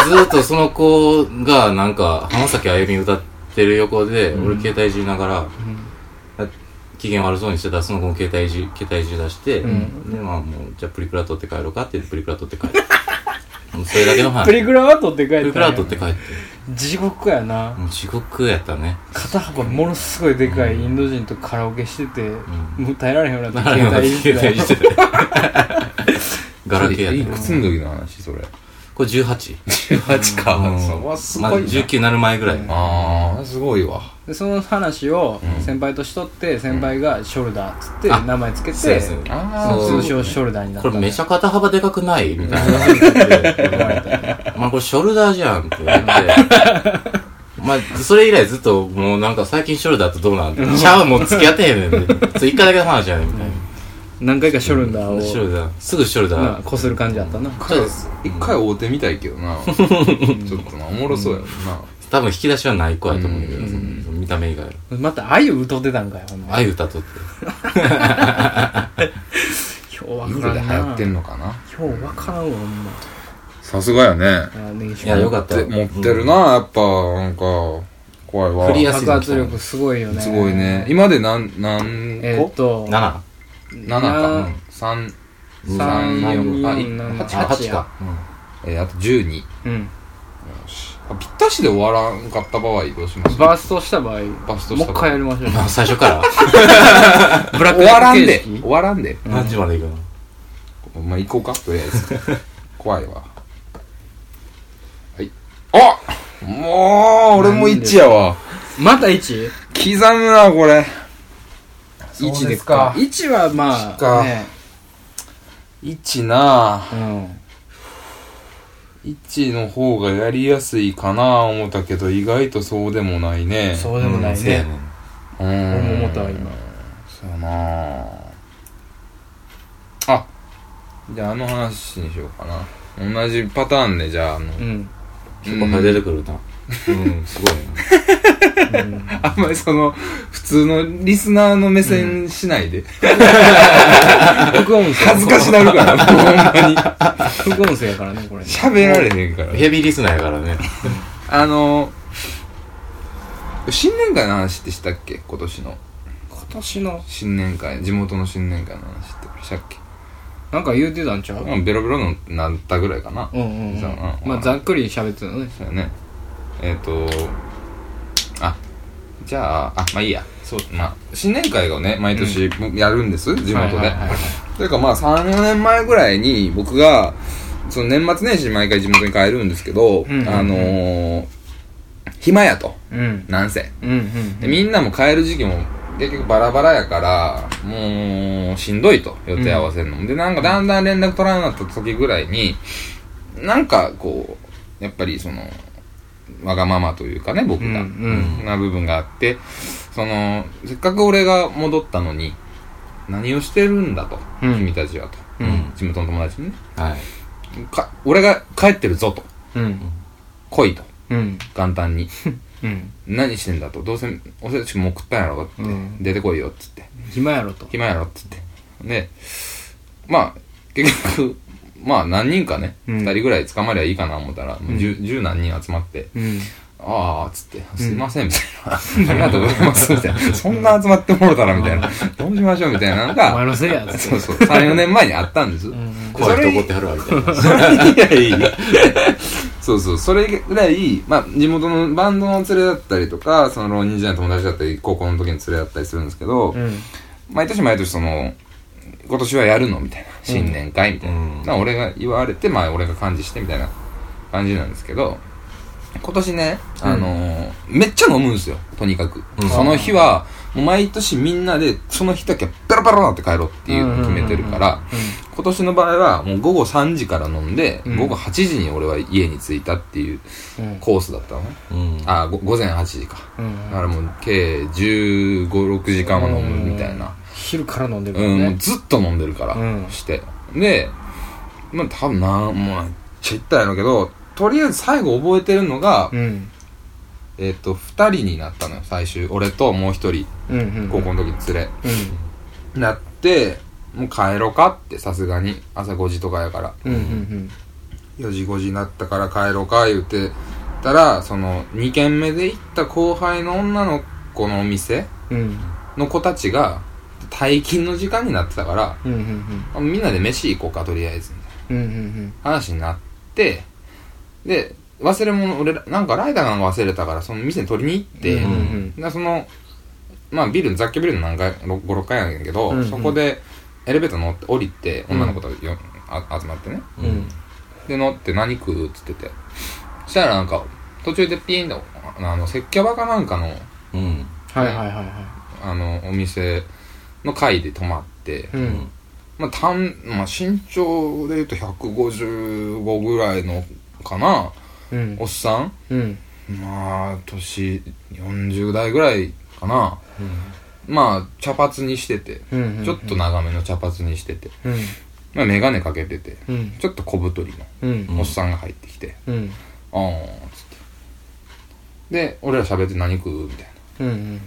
Speaker 2: ずーっとその子が、なんか、浜崎あゆみ歌ってる横で、俺携帯いじりながら、あ機嫌悪そうにしてたら、その子も携帯いじ、携帯いじり出して、で、まあもう、じゃあプリクラ取って帰ろうかって言って、プリクラ取って帰って。もうそれだけの話。
Speaker 1: プリクラは取って帰
Speaker 2: プリ
Speaker 1: っ
Speaker 2: クラ
Speaker 1: た。
Speaker 2: 取って帰って。
Speaker 1: 地獄やな。
Speaker 2: もう地獄やったね。
Speaker 1: 肩幅ものすごいでかいインド人とカラオケしてて、もう耐えられへんようになって携帯いじ
Speaker 2: 携帯い
Speaker 1: っ
Speaker 2: じ
Speaker 1: て
Speaker 2: ってた。 *laughs* ガラケー
Speaker 3: い
Speaker 2: やっ
Speaker 3: く
Speaker 2: た。
Speaker 3: つの時の話それ
Speaker 2: これ 18?
Speaker 3: 18
Speaker 2: うん
Speaker 3: そわす
Speaker 2: ま
Speaker 3: ご
Speaker 2: あ、
Speaker 3: いな
Speaker 2: 19なる前ぐらい。
Speaker 3: ああすごいわ
Speaker 1: でその話を先輩としとって先輩がショルダーっつって
Speaker 2: あ
Speaker 1: 名前つけ
Speaker 2: そう
Speaker 1: て
Speaker 2: ですね
Speaker 3: あ
Speaker 2: ー
Speaker 1: その通称ショルダーになっ
Speaker 2: こ
Speaker 1: た
Speaker 2: れめち
Speaker 1: ゃ
Speaker 2: ゃ肩幅でかくないみたいな感じで。 *laughs* まあこれショルダーじゃんって言って。まあ、それ以来ずっと、もうなんか最近ショルダーってどうなんて。シャワーもう付き合ってへんねんで。そう一回だけの話じゃねんみたいな。
Speaker 1: 何回かショルダーを
Speaker 2: ショルダー。すぐショル
Speaker 1: な
Speaker 2: ダ
Speaker 1: あ
Speaker 2: ー。
Speaker 1: こする感じやったな
Speaker 2: ちょっと
Speaker 3: 一回会うてみたいけどなちょっとなおもろそうやろな
Speaker 2: 多分引き出しはない子やと思うけど、見た目以外は。
Speaker 1: また鮎歌ってたんかよほんま
Speaker 2: あゆ歌っとって。
Speaker 1: 今日わからん
Speaker 3: インドで流
Speaker 1: な
Speaker 3: 行ってんのかな
Speaker 1: 今日わからんわほんま
Speaker 3: さすがやね
Speaker 1: あーネギシ
Speaker 2: いや
Speaker 1: ョ
Speaker 2: よかった
Speaker 3: で持ってるなやっぱなんか怖いわ
Speaker 2: クリア
Speaker 1: 爆発力すごいよね
Speaker 3: すごいね今で何何
Speaker 1: えーっ
Speaker 3: 個
Speaker 1: と
Speaker 2: 7。
Speaker 3: 7か3
Speaker 2: うん
Speaker 3: 三
Speaker 2: 三
Speaker 3: 四あい
Speaker 1: 四七
Speaker 3: 八
Speaker 2: あ、
Speaker 1: 八
Speaker 2: 8
Speaker 1: や
Speaker 2: か。うん
Speaker 3: えーあと12
Speaker 1: うん
Speaker 3: あぴったしで終わらんかった場合どうします
Speaker 1: バーストした場合
Speaker 3: バースト
Speaker 1: も
Speaker 3: し
Speaker 1: う一
Speaker 3: た場合
Speaker 1: 回やりましょう
Speaker 3: *laughs*
Speaker 2: まあ、最初から。
Speaker 1: ブラック
Speaker 3: 終わらんで
Speaker 1: 形式
Speaker 3: 終わらんで
Speaker 2: 何時まで行くの
Speaker 3: まあ行こうかとりあ
Speaker 1: *laughs*
Speaker 3: えず怖いわはいあもう俺も1やわ
Speaker 1: また 1?
Speaker 3: 刻むなこれ
Speaker 1: 1
Speaker 3: 1でか
Speaker 1: 1はま
Speaker 3: 一か
Speaker 1: あね
Speaker 3: 1なあ
Speaker 1: うん
Speaker 3: 1の方がやりやすいかなあ思ったけど意外とそうでもないね
Speaker 1: そうでもな
Speaker 2: うん
Speaker 1: い
Speaker 2: せや
Speaker 1: ね
Speaker 2: ね
Speaker 3: うーん
Speaker 1: 俺も思ったわ今
Speaker 3: そうやなあじゃああの話にしようかな同じパターンでじゃああの、
Speaker 1: うん
Speaker 2: 結構出てくるな。うん、すごいな。
Speaker 3: あんまりその普通のリスナーの目線しないで、
Speaker 1: 副音声
Speaker 3: 恥ずかしなるからもう *laughs* ほんまに
Speaker 1: 副音声やからねこれ
Speaker 3: 喋られへんから
Speaker 2: ヘビーリスナーやからね。
Speaker 3: あの新年会の話ってしたっけ今年の
Speaker 1: 今年の
Speaker 3: 新年会地元の新年会の話ってしたっけ
Speaker 1: なんか言うてたんちゃう
Speaker 3: まあベロベロのなったぐらいかな、
Speaker 1: うんうんうん
Speaker 3: そうやな
Speaker 1: まあざっくり喋ってたのね
Speaker 3: そうやねえっ、とあじゃああまあいいやそうまあ新年会をね毎年やるんです、地元で、
Speaker 1: はいはいはい
Speaker 3: というかまあ3、4年前ぐらいに僕が、その年末年始に毎回地元に帰るんですけど、
Speaker 1: んうんうん
Speaker 3: あのー、暇やと。
Speaker 1: うん
Speaker 3: なんせ。
Speaker 1: うんうん
Speaker 3: で、みんなも帰る時期も結局バラバラやから、もうしんどいと、予定合わせるのも。で、なんかだんだん連絡取らなくなった時ぐらいに、なんかこう、やっぱりその、わがままというかね、僕が。
Speaker 1: うんうん
Speaker 3: な部分があって、その、せっかく俺が戻ったのに、何をしてるんだと、
Speaker 1: うん
Speaker 3: 君たちはと、
Speaker 1: うん
Speaker 3: 地元の友達にね、
Speaker 2: はい。
Speaker 3: か俺が帰ってるぞと、
Speaker 1: うん
Speaker 3: 来いと、
Speaker 1: うん
Speaker 3: 簡単に。
Speaker 1: うん
Speaker 3: 何してんだと、どうせ、おせちも食ったんやろって、
Speaker 1: うん
Speaker 3: 出てこいよっつって、
Speaker 1: 暇やろと
Speaker 3: 暇やろっつって。で、まあ、結局、まあ何人かね、
Speaker 1: うん
Speaker 3: 二、人ぐらい捕まりゃいいかな思ったら、もう十、十何人集まって、
Speaker 1: うん
Speaker 3: ああ、つって、すいません、みたいな。ありがとうございます、み
Speaker 1: *laughs*
Speaker 3: たいな。そんな集まってもろたら、みたいな。どうしましょう、みたいなの
Speaker 1: お前
Speaker 3: が、
Speaker 1: のせいやつ
Speaker 3: そうそう、3、4
Speaker 1: *laughs*
Speaker 3: 年前にあったんです。
Speaker 2: 怖いと怒ってはるわ、みたいな。
Speaker 3: それ以来、 *laughs* そうそう、それぐらい、まあ、地元のバンドの連れだったりとか、その浪人時代の友達だったり、高校の時に連れだったりするんですけど、
Speaker 1: うん
Speaker 3: 毎年毎年その、今年はやるのみたいな。新年会みたいな。
Speaker 2: うん
Speaker 3: な俺が言われて、まあ俺が幹事してみたいな感じなんですけど、今年ね、あのーめっちゃ飲むんですよ、とにかく。
Speaker 2: うん
Speaker 3: その日は、もう毎年みんなで、その日だけはペロペロなって帰ろうっていうのを決めてるから、今年の場合はもう午後3時から飲んで、
Speaker 1: うん
Speaker 3: 午後8時に俺は家に着いたっていう
Speaker 1: うん
Speaker 3: コースだったのね。
Speaker 2: うん。
Speaker 3: あ、ご午前8時か。
Speaker 1: うん
Speaker 3: だからもう計15、6時間は飲むみたいな。
Speaker 1: 昼から飲んでるも
Speaker 3: うんん、もう
Speaker 1: ね
Speaker 3: ずっと飲んでるから、
Speaker 1: うん
Speaker 3: して。で、まあ多分な、もうめっちゃ言ったんやろうけど、とりあえず最後覚えてるのが、
Speaker 1: うん
Speaker 3: えっ、と、二人になったのよ、最終。俺ともう一人、
Speaker 1: うんうん
Speaker 3: 高校の時に連れ。
Speaker 1: う
Speaker 3: なって、もう帰ろうかって、さすがに。朝5時とかやから。
Speaker 1: んうんうん
Speaker 3: 4時5時になったから帰ろうか、言うてたら、その、2軒目で行った後輩の女の子のお店
Speaker 1: うんうん
Speaker 3: の子たちが、退勤の時間になってたから、
Speaker 1: うんうん
Speaker 3: あみんなで飯行こうか、とりあえず。
Speaker 1: うんうん
Speaker 3: 話になって、で、忘れ物、俺ら、なんかライターなんか忘れたから、その店に取りに行って、
Speaker 1: うん
Speaker 3: なその、まあビルの、雑居ビルの何回、5、6階やねんけど、
Speaker 1: うんうん
Speaker 3: そこでエレベーター乗って降りて、女の子とよ、あ集まってね。
Speaker 1: うんうん
Speaker 3: で、乗って何食うっつってて。そしたらなんか、途中でピーンと、あの、石鹸バカなんかの、
Speaker 2: うん。
Speaker 1: はいはいはいは
Speaker 3: あの、お店の階で泊まって、
Speaker 1: いうん
Speaker 3: まあ、たん、まあ、身長で言うと155ぐらいの、かな、
Speaker 1: うん
Speaker 3: おっさん
Speaker 1: うん
Speaker 3: まあ、年40代ぐらいかな。まあ、茶髪にしてて、
Speaker 1: うんうんうん
Speaker 3: ちょっと長めの茶髪にしてて、
Speaker 1: うん
Speaker 3: まあ、眼鏡かけてて、
Speaker 1: うん
Speaker 3: ちょっと小太り
Speaker 1: う
Speaker 2: うん
Speaker 1: ん
Speaker 3: のおっさんが入ってきて、
Speaker 1: うん
Speaker 3: あーん、つって。で、俺ら喋って何食うみたいな。
Speaker 1: うんうん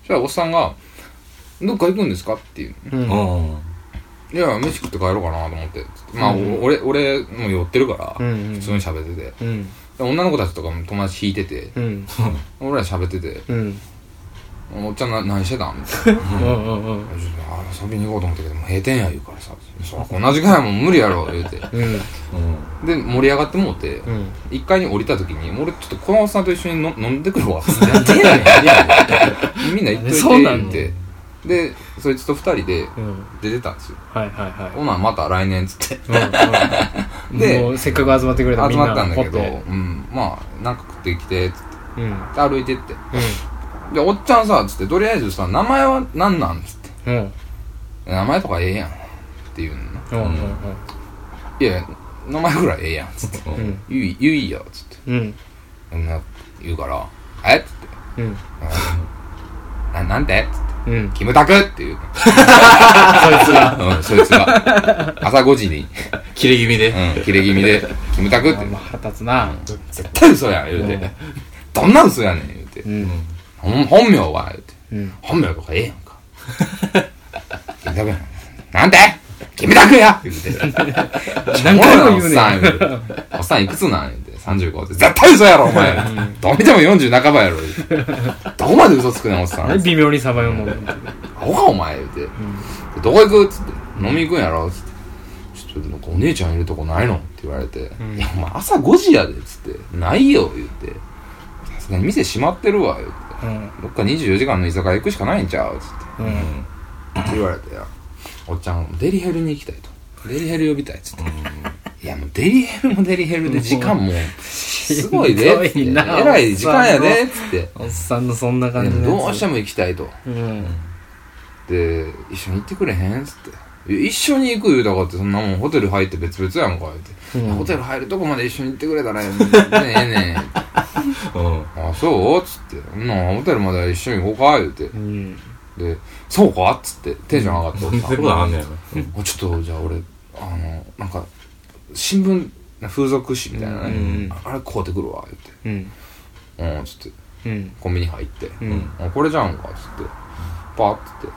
Speaker 3: そしたらおっさんが、どっか行くんですかっていう。
Speaker 1: うんうん
Speaker 2: うん。
Speaker 3: いや、飯食って帰ろうかなと思って。まあ、
Speaker 1: うん
Speaker 3: お俺、俺、もう寄ってるから、
Speaker 1: うんうん
Speaker 3: 普通に喋ってて。
Speaker 1: うん
Speaker 3: で女の子たちとかも友達引いてて、
Speaker 1: うん
Speaker 3: 俺ら喋ってて、
Speaker 1: うん
Speaker 3: おっちゃんな何してたみたいな。
Speaker 1: うんうんうん
Speaker 3: ちょっとあ遊びに行こうと思ったけど、もう閉店や言うからさ、そうこんな時間やもん無理やろ、言うて。
Speaker 1: うん
Speaker 2: うん。
Speaker 3: で、盛り上がってもうて、
Speaker 1: うん
Speaker 3: 一階に降りた時に、俺ちょっとこのおっさんと一緒に飲飲んでくるわ、つって。やってやんやんやんみんな行っといて、
Speaker 1: そうなん
Speaker 3: 言って。で、そいつと二人で
Speaker 1: うん
Speaker 3: 出てたんですよ。
Speaker 1: はいはいはい
Speaker 3: ほな、また来年、つって。
Speaker 1: うんうん
Speaker 3: で
Speaker 1: もうせっかく集まってくれた
Speaker 3: 集
Speaker 1: みんな
Speaker 3: まったんだけど、
Speaker 1: 掘
Speaker 3: う
Speaker 1: って
Speaker 3: ん、まあ、なんか食ってきて、つって。
Speaker 1: うんうん
Speaker 3: で歩いてって。で、おっちゃんさ、つって、とりあえずさ、名前は何なんつって。
Speaker 1: うん
Speaker 3: 名前とかええやん。って言うのな。
Speaker 1: うんうん
Speaker 3: いや、名前ぐらいええやん、つって。
Speaker 1: うんうん
Speaker 3: ゆい、ゆいや、つって。
Speaker 1: うん
Speaker 3: うんな言うから、えっつって。
Speaker 1: うん
Speaker 3: うんな、なんてつって。
Speaker 1: うん
Speaker 3: キムタクっていう。
Speaker 1: そいつが
Speaker 3: *laughs* うん、そいつが。朝5時に、
Speaker 2: 切れ気味で。
Speaker 3: うん、切れ気味で、キムタクって
Speaker 1: あ。まあ腹立つな
Speaker 3: 絶対嘘やん、言う
Speaker 1: うん
Speaker 3: て。どんな嘘やねん、言うて
Speaker 1: う。ん
Speaker 3: ほん本名は、言うて。
Speaker 1: うん
Speaker 3: 本名とかええやんか。キムタクやん。なんてキムタクや言うて。
Speaker 1: 何回も言うねん
Speaker 3: おっさん言うて。おっさんいくつなん言うて。35って。絶対嘘やろ、お前。どう見ても40半ばやろ。言うてどこまで嘘つくねん、おっさん。
Speaker 1: 何微妙にさばよんの
Speaker 3: アホかお前言うて、どこ行くっつって飲み行くんやろっつってちょっとなんかお姉ちゃんいるとこないのって言われて、
Speaker 1: ん
Speaker 3: いやお前朝5時やでっつってないよ言うてさすがに店閉まってるわ言うて
Speaker 1: うん
Speaker 3: どっか24時間の居酒屋行くしかないんちゃうっつって
Speaker 1: うん
Speaker 3: って言われてよおっちゃんデリヘルに行きたいとデリヘル呼びたいっつっていやもうデリヘルもデリヘルで時間もすごいでっつって
Speaker 1: ひど
Speaker 3: え
Speaker 1: いな
Speaker 3: らい時間やでっつって
Speaker 1: おっさんのそんない感
Speaker 3: や
Speaker 1: じのやつ
Speaker 3: どうしても行きたいと
Speaker 1: うん
Speaker 3: で一緒に行ってくれへんっつっていや一緒に行く言うたかってそんなもんホテル入って別々やんか言うて、
Speaker 1: うん
Speaker 3: ホテル入るとこまで一緒に行ってくれたらええねんええねん
Speaker 2: うん。
Speaker 3: あそうっつってほんならホテルまで一緒に行こうか言うて
Speaker 1: うん
Speaker 3: でそうかっつってテンション上がっ
Speaker 2: *laughs*
Speaker 3: ておっ
Speaker 2: ってこと
Speaker 3: た
Speaker 2: はあんねやろ。
Speaker 3: あちょっとじゃあ俺あのなんか新聞風俗誌みたいなね、
Speaker 1: うん
Speaker 3: あれ買うてくるわ言
Speaker 1: うん
Speaker 3: うてうんつって
Speaker 1: うん
Speaker 3: コンビニ入って、
Speaker 1: うん
Speaker 3: あこれじゃうんかっつってパーってって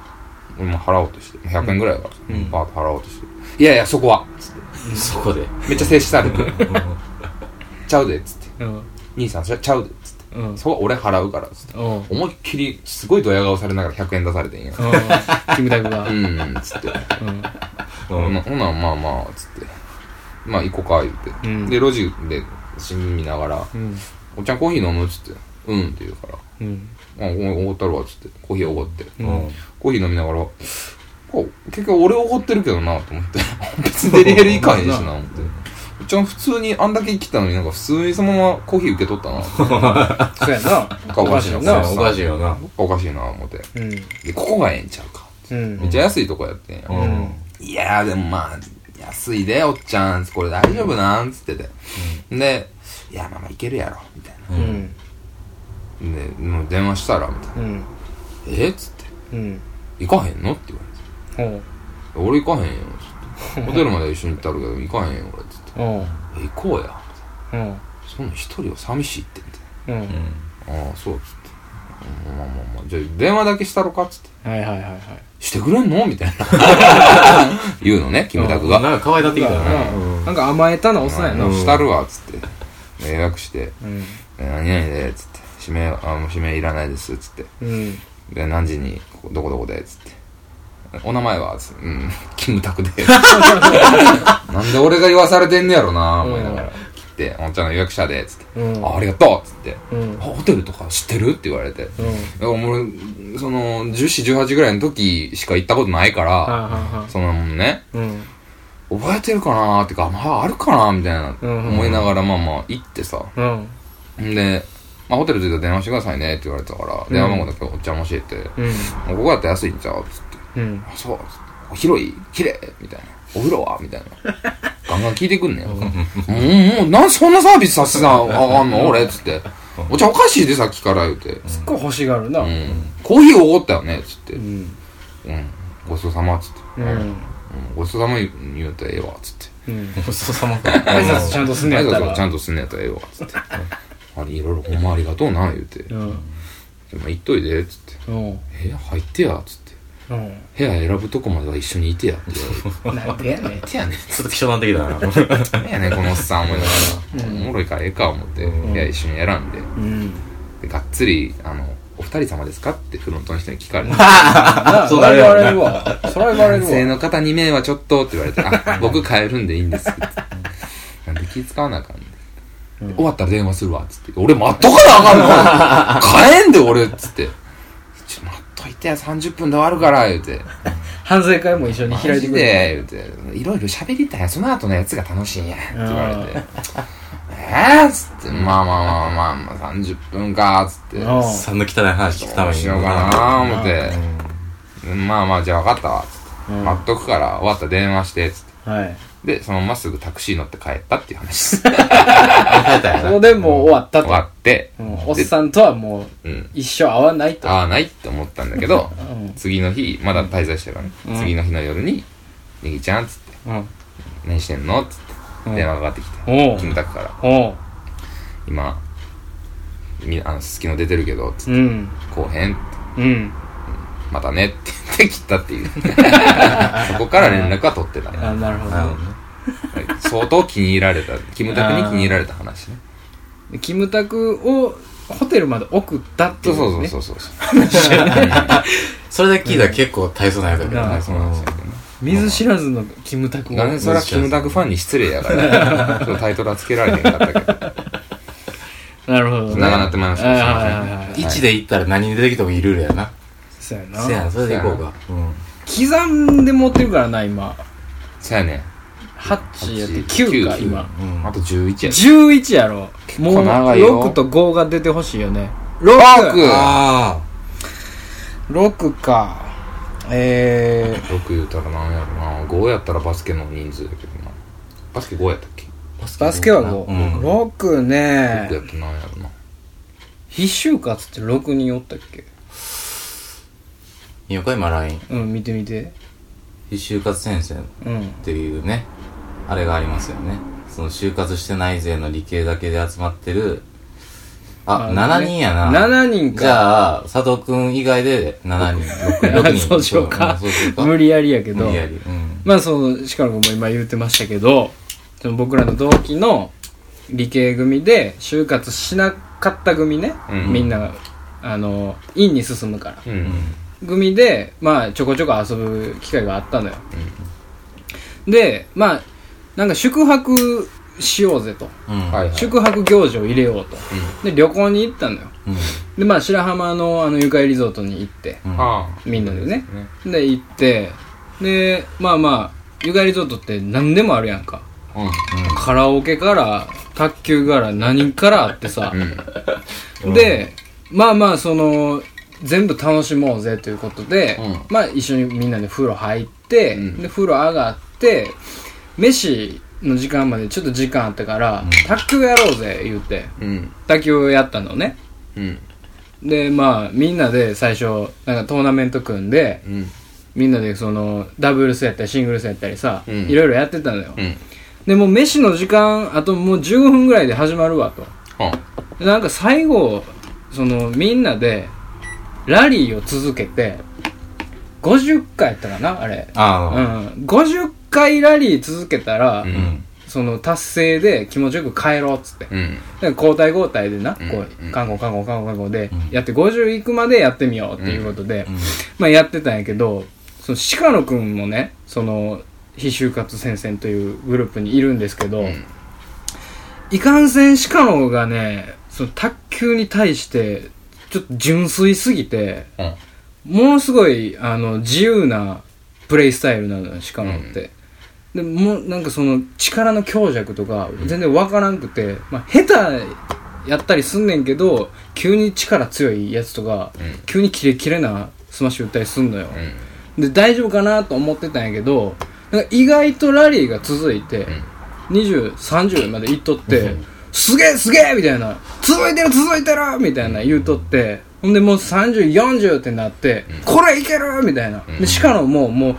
Speaker 3: 俺も払おうとして100円ぐらいだから、
Speaker 1: うん
Speaker 3: パーって払おうとして「いやいやそこは」つって
Speaker 2: そこで。
Speaker 3: めっちゃ静止されて
Speaker 1: *laughs*
Speaker 2: うん
Speaker 3: 「ちゃうで」っつって
Speaker 1: うん
Speaker 3: 「兄さんそれちゃうで」っつって
Speaker 1: うん
Speaker 3: 「そこは俺払うから」っつって
Speaker 1: おう
Speaker 3: 思いっきりすごいドヤ顔されながら100円出されてんや
Speaker 1: うんキムタクが
Speaker 3: う
Speaker 1: うん
Speaker 3: んつって
Speaker 2: う
Speaker 3: ほ
Speaker 2: ん
Speaker 3: なほなまあまあつってまあ行こうか言うて、
Speaker 1: うん
Speaker 3: で路地で新聞見ながら
Speaker 1: うん
Speaker 3: 「おっちゃんコーヒー飲む?」っつって「うん」って言うから
Speaker 1: うん
Speaker 3: 「あおおごったるわ」っつってコーヒーおごって、
Speaker 1: う
Speaker 2: うんん。
Speaker 3: コーヒー飲みながら、こう結局俺怒ってるけどなと思って。 *laughs* 別にデリヘル行かへんしな、思って。うちは普通にあんだけ来たのになんか普通にそのままコーヒー受け取ったなと思って。
Speaker 1: そうやな
Speaker 3: おかしいな
Speaker 1: お
Speaker 2: な
Speaker 1: な
Speaker 2: あおかしいよな。
Speaker 3: おかしいな思って。
Speaker 1: うん
Speaker 3: で、ここがええんちゃうか。
Speaker 1: うん
Speaker 3: めっちゃ安いとこやってんや。
Speaker 2: うん。
Speaker 3: いやーでもまあ、安いで、おっちゃん。これ大丈夫なんつってて。で、いや、まあまあいけるやろ、みたいな。
Speaker 2: う。
Speaker 1: うんん
Speaker 3: で、もう電話したら、みたいな。
Speaker 1: うん
Speaker 3: えっつって。
Speaker 1: うん
Speaker 3: 行かへんのって言われて。
Speaker 1: おう
Speaker 3: 俺行かへんよ、つって。ホテルまで一緒に行ったるけど、行かへんよ、俺、つって。
Speaker 1: おう
Speaker 3: え行こうや。
Speaker 1: うん
Speaker 3: そんなん一人は寂しいってみた
Speaker 1: うん
Speaker 3: いなああそうっつってうんまあまあまあじゃあ電話だけしたろかっつって
Speaker 1: はいはいはいはい
Speaker 3: してくれんのみたいな *laughs* 言うのねキムタク
Speaker 2: な
Speaker 3: が
Speaker 2: んか可愛いなってきたよな。
Speaker 1: うんなんか甘えたなおっさんや
Speaker 3: まあ
Speaker 1: な
Speaker 3: したるわっつってで予約して
Speaker 1: うん
Speaker 3: 「え何々で」っつって「指名あもう指名いらないです」っつって
Speaker 1: うん
Speaker 3: で何時にここどこどこでっつってお名前はつってうん、 *laughs* キムタクで。なんで俺が言わされてんねやろな、思いながら。切って、おんちゃんの予約者で、つって。
Speaker 1: うん
Speaker 3: あ、ありがとうっつって。
Speaker 1: うん
Speaker 3: あホテルとか知ってるって言われて。
Speaker 1: うん
Speaker 3: だから俺、その、14、18ぐらいの時しか行ったことないから、
Speaker 1: はあはあはあ
Speaker 3: そのね、
Speaker 1: うん
Speaker 3: 覚えてるかなーってか、まああるかなーみたいな、
Speaker 1: うんうん
Speaker 3: 思いながら、まあまあ行ってさ。
Speaker 1: うん
Speaker 3: んで、まあホテル着いたら電話してくださいねって言われてたから、電話番号だけおっちゃん教えて、
Speaker 1: うん
Speaker 3: もうここだったら安いんちゃうっつっ
Speaker 1: う
Speaker 3: て。
Speaker 1: ん
Speaker 3: あ、そうっつって。お広い綺麗みたいな。お風呂はみたいな。ガンガン聞いてくんねん。もう、もう、なんそんなサービスさせなあかんの俺っつって。
Speaker 2: う
Speaker 3: お茶おかしいでさっきから言うて。
Speaker 1: すっごい欲しがるな
Speaker 3: う
Speaker 1: うん
Speaker 3: ん。コーヒーおごったよね、つって。うん。
Speaker 1: ん
Speaker 3: ごちそうさま、つって。
Speaker 1: う
Speaker 3: うん
Speaker 1: ん
Speaker 3: ごちそうさま言うたらええわ、つって。
Speaker 1: うん
Speaker 2: ごちそうさまか。
Speaker 1: 挨拶ちゃんとすんねやった
Speaker 3: 挨拶
Speaker 1: ら
Speaker 3: ちゃんとすんねやったらええわ、つって。あれ、いろいろほんまありがとうな、言うて。
Speaker 1: うん
Speaker 3: まあ、行っといで、つって。
Speaker 1: うん
Speaker 3: 部屋入ってや、つって。
Speaker 1: う
Speaker 3: 部屋選ぶとこまでは一緒にいてや、って言わ
Speaker 1: *laughs*
Speaker 3: れて。
Speaker 1: んなんでやねん
Speaker 3: てやねん。
Speaker 2: ちょっと気象なってきたな。
Speaker 3: なんやねんこのおっさん思いながら、おもろいからええか思って、
Speaker 2: うん
Speaker 3: 部屋一緒に選んで
Speaker 1: うん
Speaker 3: でがっつりあの「お二人様ですか?」ってフロントの人に聞かれて
Speaker 1: あ
Speaker 2: そ
Speaker 1: そうれ
Speaker 2: なる
Speaker 1: 言
Speaker 2: よ
Speaker 1: わ
Speaker 2: な
Speaker 1: れるわそれは言われ
Speaker 3: 男性
Speaker 1: るわ
Speaker 3: の方2名はちょっとって言われて「あ僕帰るんでいいんです」ってなんで気使わなあかんねんで終わったら電話するわっつって「俺待っとかなあかんの帰んで俺」っつって「ちょ待っといてや30分で終わるから」言うて
Speaker 1: *laughs* 反省会も一緒に開いてくれ
Speaker 3: マジで言うていろいろ喋りたいその後のやつが楽しいんやって言われてえーっつってまあまあまあまあまあ30分かっつってど
Speaker 1: うん
Speaker 2: さんの汚い話聞くため
Speaker 3: う
Speaker 2: に。
Speaker 3: しようかな思ってまあまあじゃあ分かったわっつって
Speaker 1: うん
Speaker 3: 待っとくから終わったら電話してっつって
Speaker 1: はい
Speaker 3: でそのまますぐタクシー乗って帰ったっていう話
Speaker 1: *laughs*
Speaker 3: です
Speaker 2: 帰った
Speaker 1: そ
Speaker 2: や
Speaker 1: こ
Speaker 2: な。
Speaker 1: でもう終わった
Speaker 3: 終わ
Speaker 1: と
Speaker 3: って
Speaker 1: うんおっさんとはもう
Speaker 3: うん
Speaker 1: 一生会わないと
Speaker 3: 合わないって思ったんだけど
Speaker 1: うん
Speaker 3: 次の日まだ滞在してるからね
Speaker 1: うん
Speaker 3: 次の日の夜に「ネギちゃん」っつって
Speaker 1: うん
Speaker 3: 「何してんの?」っつって電話がかかってき
Speaker 1: お
Speaker 3: て
Speaker 1: う
Speaker 3: キムタクから
Speaker 1: おう
Speaker 3: 今みあのすすきの出てるけどつって
Speaker 1: うん
Speaker 3: 後編
Speaker 1: うん
Speaker 3: またねって言って切った *laughs* っていうそこから連絡は取ってない、は
Speaker 1: あなるほ
Speaker 2: なるほ
Speaker 1: ど
Speaker 2: どね
Speaker 3: い相当気に入られたキムタクに気に入られた話ね
Speaker 1: でキムタクをホテルまで送ったって
Speaker 3: そ
Speaker 1: いうう
Speaker 3: そう
Speaker 1: ね
Speaker 3: そうそうそうそううん
Speaker 2: それだけ聞いたら結構大層なやつだけど
Speaker 1: な
Speaker 2: ね。
Speaker 1: あ
Speaker 3: そうなんですよ
Speaker 1: 水知らずのキムタクを
Speaker 3: なんでそれはキムタクファンに失礼や *laughs* からちょっとタイトルはつけられへんかったけど
Speaker 1: なるほどね
Speaker 3: 長なってまいりました
Speaker 1: はいはいはいはい
Speaker 2: 位置で行ったら何に出てきてもいいルールやな。
Speaker 1: そうやな
Speaker 2: せやな、それで行こうか。うん。
Speaker 1: 刻んで持ってるからな今
Speaker 3: そうやね
Speaker 1: 8やって
Speaker 3: 八
Speaker 1: 9か
Speaker 3: 九
Speaker 1: 今
Speaker 2: うん
Speaker 3: あと11や
Speaker 1: 11やろもう
Speaker 3: 構長いよ
Speaker 1: 6と5が出てほしいよね
Speaker 3: 六
Speaker 2: あ
Speaker 1: 6かえー
Speaker 3: よく言うたらなんやろな5やったらバスケの人数やけどなバスケ5やったっけ
Speaker 2: あ。
Speaker 1: バスケは
Speaker 2: うん
Speaker 1: 5、6
Speaker 3: 6や
Speaker 1: ね
Speaker 3: ったらなんやろな
Speaker 1: 必修活って6人おったっけ
Speaker 2: いいよか、今 LINE。
Speaker 1: うん見て見て
Speaker 2: 就活先生っ
Speaker 1: うん
Speaker 2: ていうね、あれがありますよね。その就活してない勢の理系だけで集まってる、あ、
Speaker 1: まあ
Speaker 2: 7人やな。
Speaker 1: 7人
Speaker 2: じ
Speaker 1: か
Speaker 2: ゃあ、佐藤くん以外で7人。6
Speaker 1: *laughs*
Speaker 2: 人。
Speaker 1: そうしようか
Speaker 2: そうしようか。
Speaker 1: 無理やりやけ
Speaker 2: 無
Speaker 1: ど
Speaker 2: 理やり。うん。
Speaker 1: まあそのしかも今言ってましたけどその僕らの同期の理系組で就活しなかった組ね、
Speaker 3: うん
Speaker 1: みんながあの院に進むから
Speaker 3: う
Speaker 2: うんん。
Speaker 1: 組でまあちょこちょこ遊ぶ機会があったのよ、でまあなんか宿泊しようぜと、
Speaker 2: うん。。
Speaker 3: はいいはい
Speaker 1: 宿泊行事を入れようと、で旅行に行ったのよ
Speaker 2: うん。
Speaker 1: でまあ白浜のあのゆかりリゾートに行って
Speaker 2: うん
Speaker 3: ああ
Speaker 1: みんなでね
Speaker 3: ね
Speaker 1: で行ってでまあまあゆかりリゾートって何でもあるやんか
Speaker 3: う
Speaker 1: カラオケから卓球から何からあってさ、
Speaker 3: んうん
Speaker 1: でまあまあその全部楽しもうぜということで、
Speaker 3: うん
Speaker 1: まあ一緒にみんなで風呂入って、
Speaker 3: うん
Speaker 1: で風呂上がって飯の時間までちょっと時間あったから、卓球やろうぜ言うて
Speaker 3: うん
Speaker 1: 卓球やったのね
Speaker 3: うん
Speaker 1: でまあみんなで最初なんかトーナメント組んで
Speaker 3: うん
Speaker 1: みんなでそのダブルスやったりシングルスやったりさ、
Speaker 3: うん
Speaker 1: いろいろやってたのよ、
Speaker 3: うん
Speaker 1: でもう飯の時間あともう15分ぐらいで始まるわと
Speaker 3: は
Speaker 1: でなんか最後そのみんなでラリーを続けて50回やったかなあれう
Speaker 2: あ
Speaker 1: ん50回ラリー続けたら、
Speaker 2: あ。
Speaker 3: う
Speaker 2: うん。
Speaker 1: その達成で気持ちよく帰ろうっつって
Speaker 3: あうん
Speaker 1: だから交代交代でな、
Speaker 3: うん
Speaker 1: こ
Speaker 3: う
Speaker 1: うん観光観光観光観光で
Speaker 2: うん
Speaker 1: やって50行くまでやってみようっていうことで、
Speaker 2: うん
Speaker 1: まあやってたんやけどその鹿野くんもねその非就活戦線というグループにいるんですけど、
Speaker 3: うん
Speaker 1: いかんせん鹿野がねその卓球に対してちょっと純粋すぎて
Speaker 3: うん
Speaker 1: ものすごいあの自由なプレイスタイルなのよ鹿野って、でもうなんかその力の強弱とか全然わからんくて、まあ、下手やったりすんねんけど急に力強いやつとか、
Speaker 3: うん
Speaker 1: 急にキレキレなスマッシュ打ったりすんのよ、
Speaker 3: うん
Speaker 1: で大丈夫かなと思ってたんやけどなんか意外とラリーが続いて、
Speaker 3: ん
Speaker 1: 2030までいっとって、すげえすげえみたいな続いてる続いてるみたいな言うとってほんでもう3040ってなって、これいけるみたいな、でしかももうもう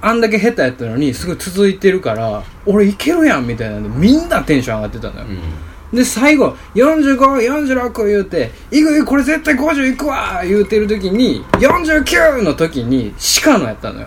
Speaker 1: あんだけ下手やったのにすごい続いてるから俺いけるやんみたいなんでみんなテンション上がってたのよ、で最後4546言うて「いくいくこれ絶対50いくわ!」言うてる時に49の時に鹿野やったのよ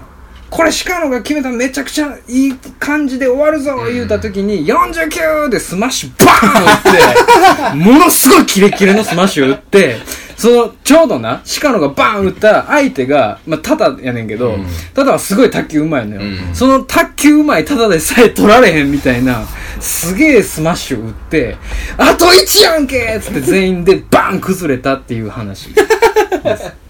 Speaker 1: これ鹿野が決めためちゃくちゃいい感じで終わるぞ言うた時に49でスマッシュバーン打ってものすごいキレキレのスマッシュ打ってそのちょうどな鹿野がバーン打った相手が、まあ、タタやねんけど、タタはすごい卓球うまいのよ、
Speaker 3: うん
Speaker 1: その卓球うまいタダでさえ取られへんみたいな、すげえスマッシュ打って、あと1やんけっつって全員でバン崩れたっていう話。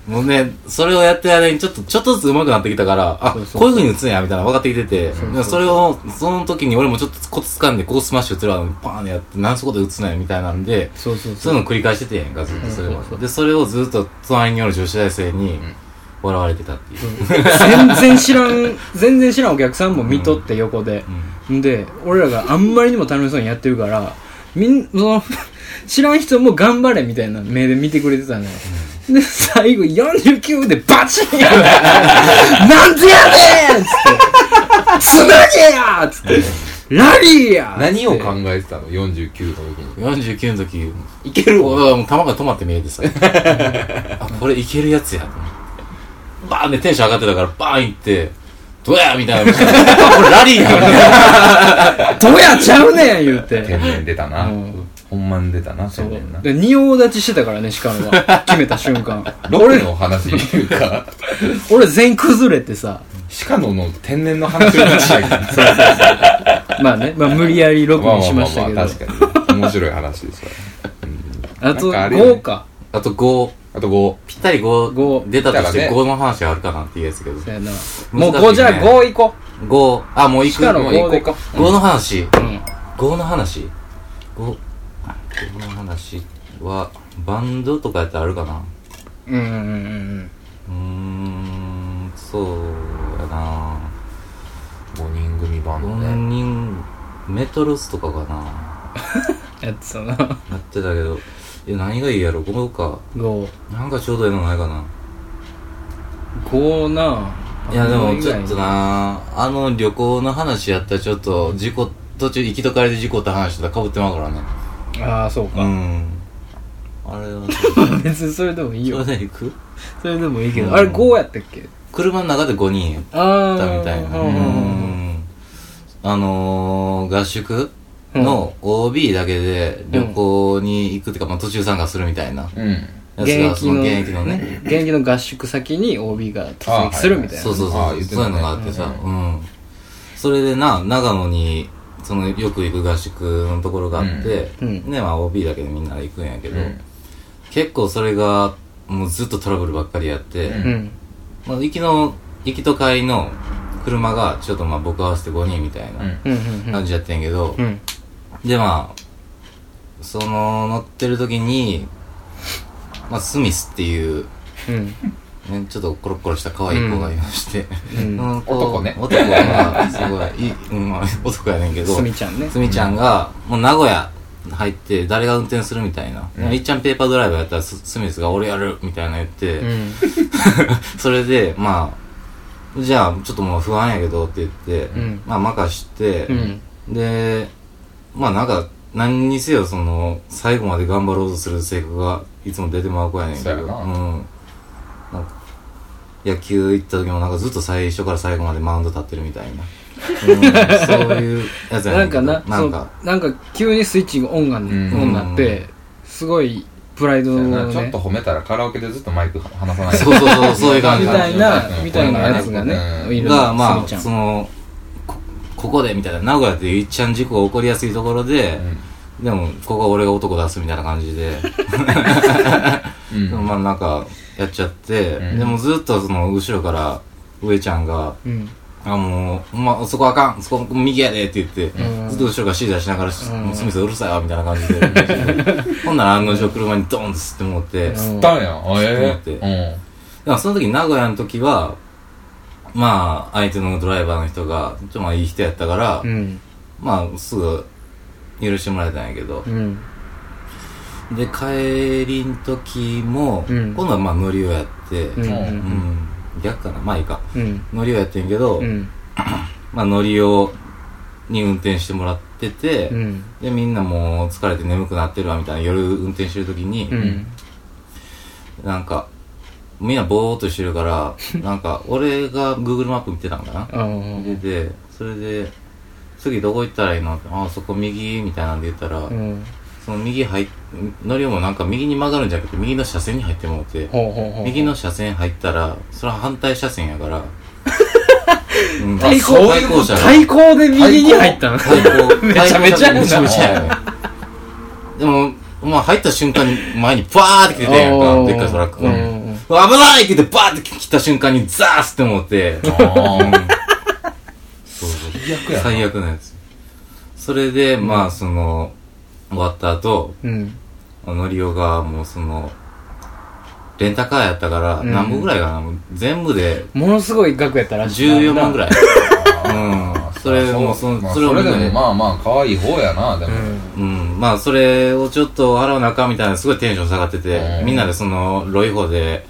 Speaker 2: もうね、それをやってる間にちょっと、ちょっとずつ上手くなってきたから、あ、
Speaker 1: そうそうそう
Speaker 2: こういう風に打つんや、みたいなの分かってきてて、でそれを、その時に俺もちょっとコツ掴んで、ここスマッシュ打つら、パーンでやって、なんそこで打つなよ、みたいなんで、
Speaker 1: *laughs* そうそう
Speaker 2: そういうのを繰り返しててんやんか、ずっとそれを。で、それをずっと隣におる女子大生に、笑われてたっていう。
Speaker 1: 全然知らん、全然知らんお客さんも見とって横で。んで、俺らがあんまりにも楽しそうにやってるから、みん、その、 *laughs* 知らん人も頑張れみたいな目で見てくれてたのよ。で、最後49でバチンやるなんでやねんっつって、つなげやっつって、ラリーやっつって
Speaker 3: 何を考えてたの ?49 の時に。
Speaker 2: 49の時、いける俺はもう球が止まって見えて *laughs* さ、あ、これいけるやつや、と思って。バーンでテンション上がってたから、バーン行って、どうやみ *laughs* たいな。これラリーやみたいな。 *laughs*
Speaker 1: どうやちゃうねん言うて
Speaker 3: 天。然出たな
Speaker 1: うん。
Speaker 3: ほんまに出たな、
Speaker 1: そう
Speaker 3: 天然な。
Speaker 1: で、仁王立ちしてたからね、しかもは。決めた瞬
Speaker 3: *laughs*
Speaker 1: 間。
Speaker 3: ロックの話いうか、
Speaker 1: 俺全員崩れてさ。
Speaker 3: 鹿野の天然の話をしたけど。
Speaker 1: まあね、まあ無理やり録
Speaker 3: まあ
Speaker 1: 音
Speaker 3: まあ
Speaker 1: し
Speaker 3: ま
Speaker 1: ま
Speaker 3: あ
Speaker 1: したけ
Speaker 3: ま
Speaker 1: ど
Speaker 3: あ。確かに。面白い話ですよ。
Speaker 1: あと
Speaker 3: なんかあれよね
Speaker 1: 5か。
Speaker 2: あと5。
Speaker 3: あと5。
Speaker 2: ぴったり5、
Speaker 1: 5
Speaker 2: 出たとし
Speaker 3: だ
Speaker 2: て
Speaker 3: からね
Speaker 2: 5の話あるかなっていうやつけど。
Speaker 1: そうやな。も
Speaker 2: 難
Speaker 1: う
Speaker 2: しいね
Speaker 1: 5じゃあ5行こ
Speaker 2: 5、あ、もういく
Speaker 1: しかも
Speaker 2: もう
Speaker 1: 5で
Speaker 2: い
Speaker 1: いこ
Speaker 2: 5の話。
Speaker 1: う。うん。
Speaker 2: 5の話 ?5、5の話は、バンドとかやったらあるかな
Speaker 1: うんうんうん
Speaker 2: うーん、そうやな
Speaker 3: 5人組バンドね。
Speaker 2: 5人、メトロスとかかな
Speaker 1: うん。やってたな。
Speaker 2: やってたけど、え、何がいいやろ ?5 か。
Speaker 1: 5。
Speaker 2: なんかちょうどいいのないかな
Speaker 1: 5な。
Speaker 2: いやでもちょっと。なあの旅行の話やったらちょっと事故途中行きと帰りで事故った話とかかぶってまうからね
Speaker 1: ああ、
Speaker 2: *laughs*
Speaker 1: そう
Speaker 2: う
Speaker 1: か。
Speaker 2: んあれはそ
Speaker 1: 別にそれでもいいよ
Speaker 2: れ。で行く
Speaker 1: それでもいいけ
Speaker 2: う
Speaker 1: ど。
Speaker 2: ん
Speaker 1: あれ5やったっけ
Speaker 2: 車の中で5人やっ
Speaker 1: ああ。
Speaker 2: たみたいな
Speaker 1: うんうんうん
Speaker 2: うんあのー、合宿の OB だけで旅行に行くっていうか、まあ、途中参加するみたいな
Speaker 3: うん。
Speaker 2: やつ
Speaker 1: 現
Speaker 2: が
Speaker 1: 役
Speaker 2: その
Speaker 1: の
Speaker 2: 現役のね
Speaker 1: 現役の合宿先に OB が突撃するみたいな。
Speaker 2: そうそう
Speaker 3: あ
Speaker 2: そ
Speaker 3: ー
Speaker 2: う
Speaker 3: 言って
Speaker 2: そう
Speaker 3: たね
Speaker 2: いうのがあってさ、うん、それでな長野にそのよく行く合宿のところがあって、
Speaker 1: うんうん
Speaker 2: ねまあ OB だけでみんなで行くんやけど、
Speaker 3: うん
Speaker 2: 結構それがもうずっとトラブルばっかりやって、
Speaker 3: うん
Speaker 1: うん。
Speaker 2: まあ、行きの行きと帰りの車がちょっとまあ僕合わせて5人みたい
Speaker 3: うん
Speaker 2: な
Speaker 1: うんうんうん
Speaker 2: 感じやってんけど、
Speaker 1: うん。
Speaker 2: でまあその乗ってる時に、まあ、スミスっていう
Speaker 1: うん。
Speaker 2: ね、ちょっとコロコロした可愛い子がいまして、
Speaker 1: うん
Speaker 2: その子
Speaker 3: 男ね
Speaker 2: 男がすごいいい、うん、まあ男やねんけど
Speaker 1: すみちゃんね。
Speaker 2: すみちゃんが、もう名古屋入って誰が運転するみたいな、いっちゃんペーパードライバーやったらススミスが俺やるみたいな言って、
Speaker 1: うん。
Speaker 2: それでまあじゃあちょっともう不安やけどって言って、
Speaker 1: ん
Speaker 2: まあ任して、
Speaker 1: うん。
Speaker 2: でまあなんか何にせよその最後まで頑張ろうとする性格がいつも出てまう子やねんけど、
Speaker 3: そうやなん
Speaker 2: なんか野球行った時もなんかずっと最初から最後までマウンド立ってるみたいな、うんそういうやつや
Speaker 1: な
Speaker 2: ね
Speaker 1: ん
Speaker 2: んけ
Speaker 1: か
Speaker 2: ど
Speaker 1: な、
Speaker 2: な
Speaker 1: そ
Speaker 2: ん
Speaker 1: う
Speaker 2: か
Speaker 1: なんか急にスイッチオンが、オ
Speaker 3: ん
Speaker 1: ンになって、すごいプライド
Speaker 3: そう
Speaker 1: を
Speaker 3: やなちょっ
Speaker 1: ね
Speaker 3: と、褒めたらカラオケでずっとマイク離さない
Speaker 2: そうそうそうそういう感じ
Speaker 1: みたいな
Speaker 3: う、ん
Speaker 1: みたいなやつがね
Speaker 3: う、ん
Speaker 1: いる
Speaker 2: が
Speaker 1: す
Speaker 2: ま
Speaker 1: み
Speaker 2: あ
Speaker 1: ちゃん
Speaker 2: そのこここでみたいな名古屋っていっちゃん事故が起こりやすいところで、でもここは俺が男出すみたいな感じで
Speaker 3: うんうん
Speaker 2: でもまあなんかやっちゃって、
Speaker 3: うん
Speaker 2: でもずっとその後ろから上ちゃんが
Speaker 1: うん。
Speaker 2: 「あもうほんまそこあかんそこ右やで」って言って、
Speaker 1: うん
Speaker 2: ずっと後ろから指示しながら「
Speaker 1: うん
Speaker 2: もうスミスうるさいわ」みたいな感じで *laughs* ほんなら案の定車にドーンって吸ってもって、だか
Speaker 3: 吸ったんやあえ
Speaker 2: 吸
Speaker 3: え
Speaker 2: ってらその時名古屋の時はまあ相手のドライバーの人がちょっとまあいい人やったから、
Speaker 1: うん。
Speaker 2: まあすぐ許してもらえたんやけど
Speaker 1: う、ん
Speaker 2: で帰りん時も、
Speaker 1: うん
Speaker 2: 今度はまあ乗りをやって、
Speaker 1: うんう
Speaker 2: うんん逆かなまあいいか
Speaker 1: うん
Speaker 2: 乗りをやってんけど、
Speaker 1: うん
Speaker 2: まあ乗りをに運転してもらってて、
Speaker 1: うん
Speaker 2: でみんなもう疲れて眠くなってるわみたいな夜運転してる時に、
Speaker 1: うん
Speaker 2: なんかみんなぼーっとしてるから
Speaker 1: *laughs*
Speaker 2: なんか俺が Google マップ見てたんかな
Speaker 1: あー
Speaker 2: ででそれで次どこ行ったらいいのってああそこ右みたいなんで言ったら、
Speaker 1: うん
Speaker 2: その右入っ乗りをもなんか右に曲がるんじゃなくて右の車線に入ってもうて
Speaker 1: ほうほうほう
Speaker 2: 右の車線入ったらそれは反対車線や
Speaker 1: *laughs*
Speaker 2: から、うん
Speaker 1: 対向
Speaker 2: 対向車が
Speaker 1: 対向で右に入ったん
Speaker 2: 対向
Speaker 1: めちゃめちゃやな
Speaker 2: 対向車線めちゃめちゃやねでもまあ入った瞬間に前にバーって来てたやん
Speaker 1: お
Speaker 2: か
Speaker 1: ー
Speaker 2: でっかいトラックが、
Speaker 1: うんうん
Speaker 2: うわ危ないって言ってバーって来た瞬間にザースって思ってそうそう
Speaker 3: 悪やな
Speaker 2: 最悪なやつそれで、まあその終わった後
Speaker 1: うん
Speaker 2: のりおがもうそのレンタカーやったから
Speaker 1: うん
Speaker 2: 何本ぐらいかな、もう全部で
Speaker 1: ものすごい額やったらしいな
Speaker 2: 14万ぐ
Speaker 1: い
Speaker 2: らいうんそれもうそ
Speaker 3: まあ
Speaker 2: そ
Speaker 3: そ
Speaker 2: れを
Speaker 3: れ
Speaker 2: 見
Speaker 3: でも
Speaker 2: て
Speaker 3: まあまあ可愛い方やなで
Speaker 1: う
Speaker 3: も
Speaker 1: ん
Speaker 2: うんまあそれをちょっと払うなあかんみたいなすごいテンション下がってて
Speaker 3: うん
Speaker 2: みんなでそのロイホで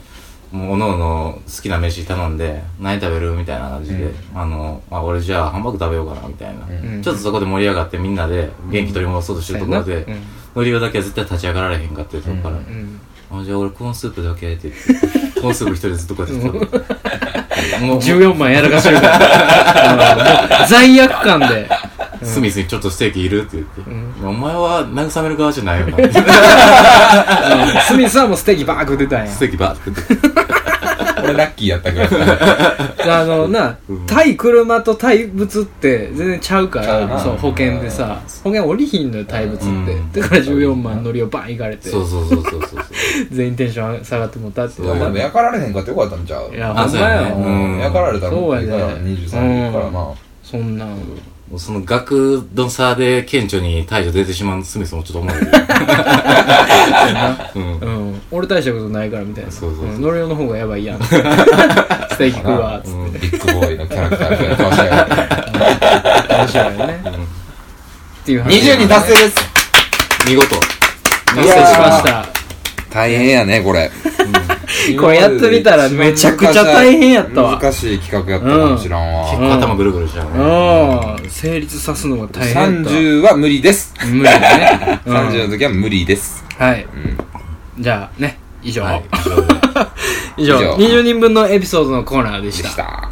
Speaker 2: もうおのおの好きな飯頼んで何食べるみたいな感じで、あのあ俺じゃあハンバーグ食べようかなみたいな、
Speaker 1: ん
Speaker 2: ちょっとそこで盛り上がってみんなで元気取り戻そうとしてるところで、
Speaker 1: うん
Speaker 2: のりおだけは絶対立ち上がられへんかっていうところから、
Speaker 1: うん
Speaker 2: あじゃあ俺コーンスープだけって言って *laughs* コーンスープ一人でずっとこうやって食べてもう
Speaker 1: 14万やらかしてるから、うん罪悪感で
Speaker 2: スミスにちょっとステーキいるって言って、お前は慰める側じゃないよな *laughs*
Speaker 1: スミスさんもステーキバーく出たんや
Speaker 2: ステーキばーって食って
Speaker 3: 俺ラッキーやったけどち
Speaker 1: あのな
Speaker 2: うん
Speaker 1: 対車と対物って全然ちゃうか
Speaker 3: ちゃう
Speaker 1: ら
Speaker 3: な
Speaker 1: そう保険でさ保険降りひんのよ対物って
Speaker 2: うん
Speaker 1: だから14万乗りをバン行かれて
Speaker 2: そうそうそうそうそう
Speaker 1: 全員テンション下がってもったって
Speaker 3: ょっとでも焼かられへんかってよかったんちゃう
Speaker 1: いや
Speaker 2: あ
Speaker 1: ほんま
Speaker 2: そうや
Speaker 1: よ
Speaker 2: ねうん
Speaker 3: 焼かられたらもういいから
Speaker 1: そうやね
Speaker 3: 23からな
Speaker 1: そんなん
Speaker 2: もうその額の差で顕著に態度出てしまうスミスもちょっと *laughs* 思うけどうん
Speaker 1: うん俺大したことないからみたいな
Speaker 2: そうそうそうん
Speaker 1: 乗り用の方がやばい
Speaker 2: *laughs*
Speaker 1: やんステーキ食うわっつっ
Speaker 2: うん
Speaker 3: ビッグボーイのキャラクターみたいな顔して
Speaker 1: て面白いよねっていう話
Speaker 3: 22達成です
Speaker 2: 見事
Speaker 1: 達成しました
Speaker 3: 大変やねこれ
Speaker 1: *laughs* これやってみたらめちゃくちゃ大変やったわ
Speaker 3: 難しい企画やったかもしらんわ、
Speaker 2: 結構頭ぐるぐるしちゃうね、
Speaker 1: うん成立さすのが大変だ
Speaker 3: 30は無理です、
Speaker 1: 無理だ
Speaker 2: *laughs*
Speaker 1: ねうん
Speaker 3: 30の時は無理です
Speaker 1: はい、じゃあね以上、
Speaker 2: はい以上で
Speaker 1: 以上
Speaker 3: 以上
Speaker 1: 20人分のエピソードのコーナーでし
Speaker 3: で
Speaker 1: た
Speaker 3: した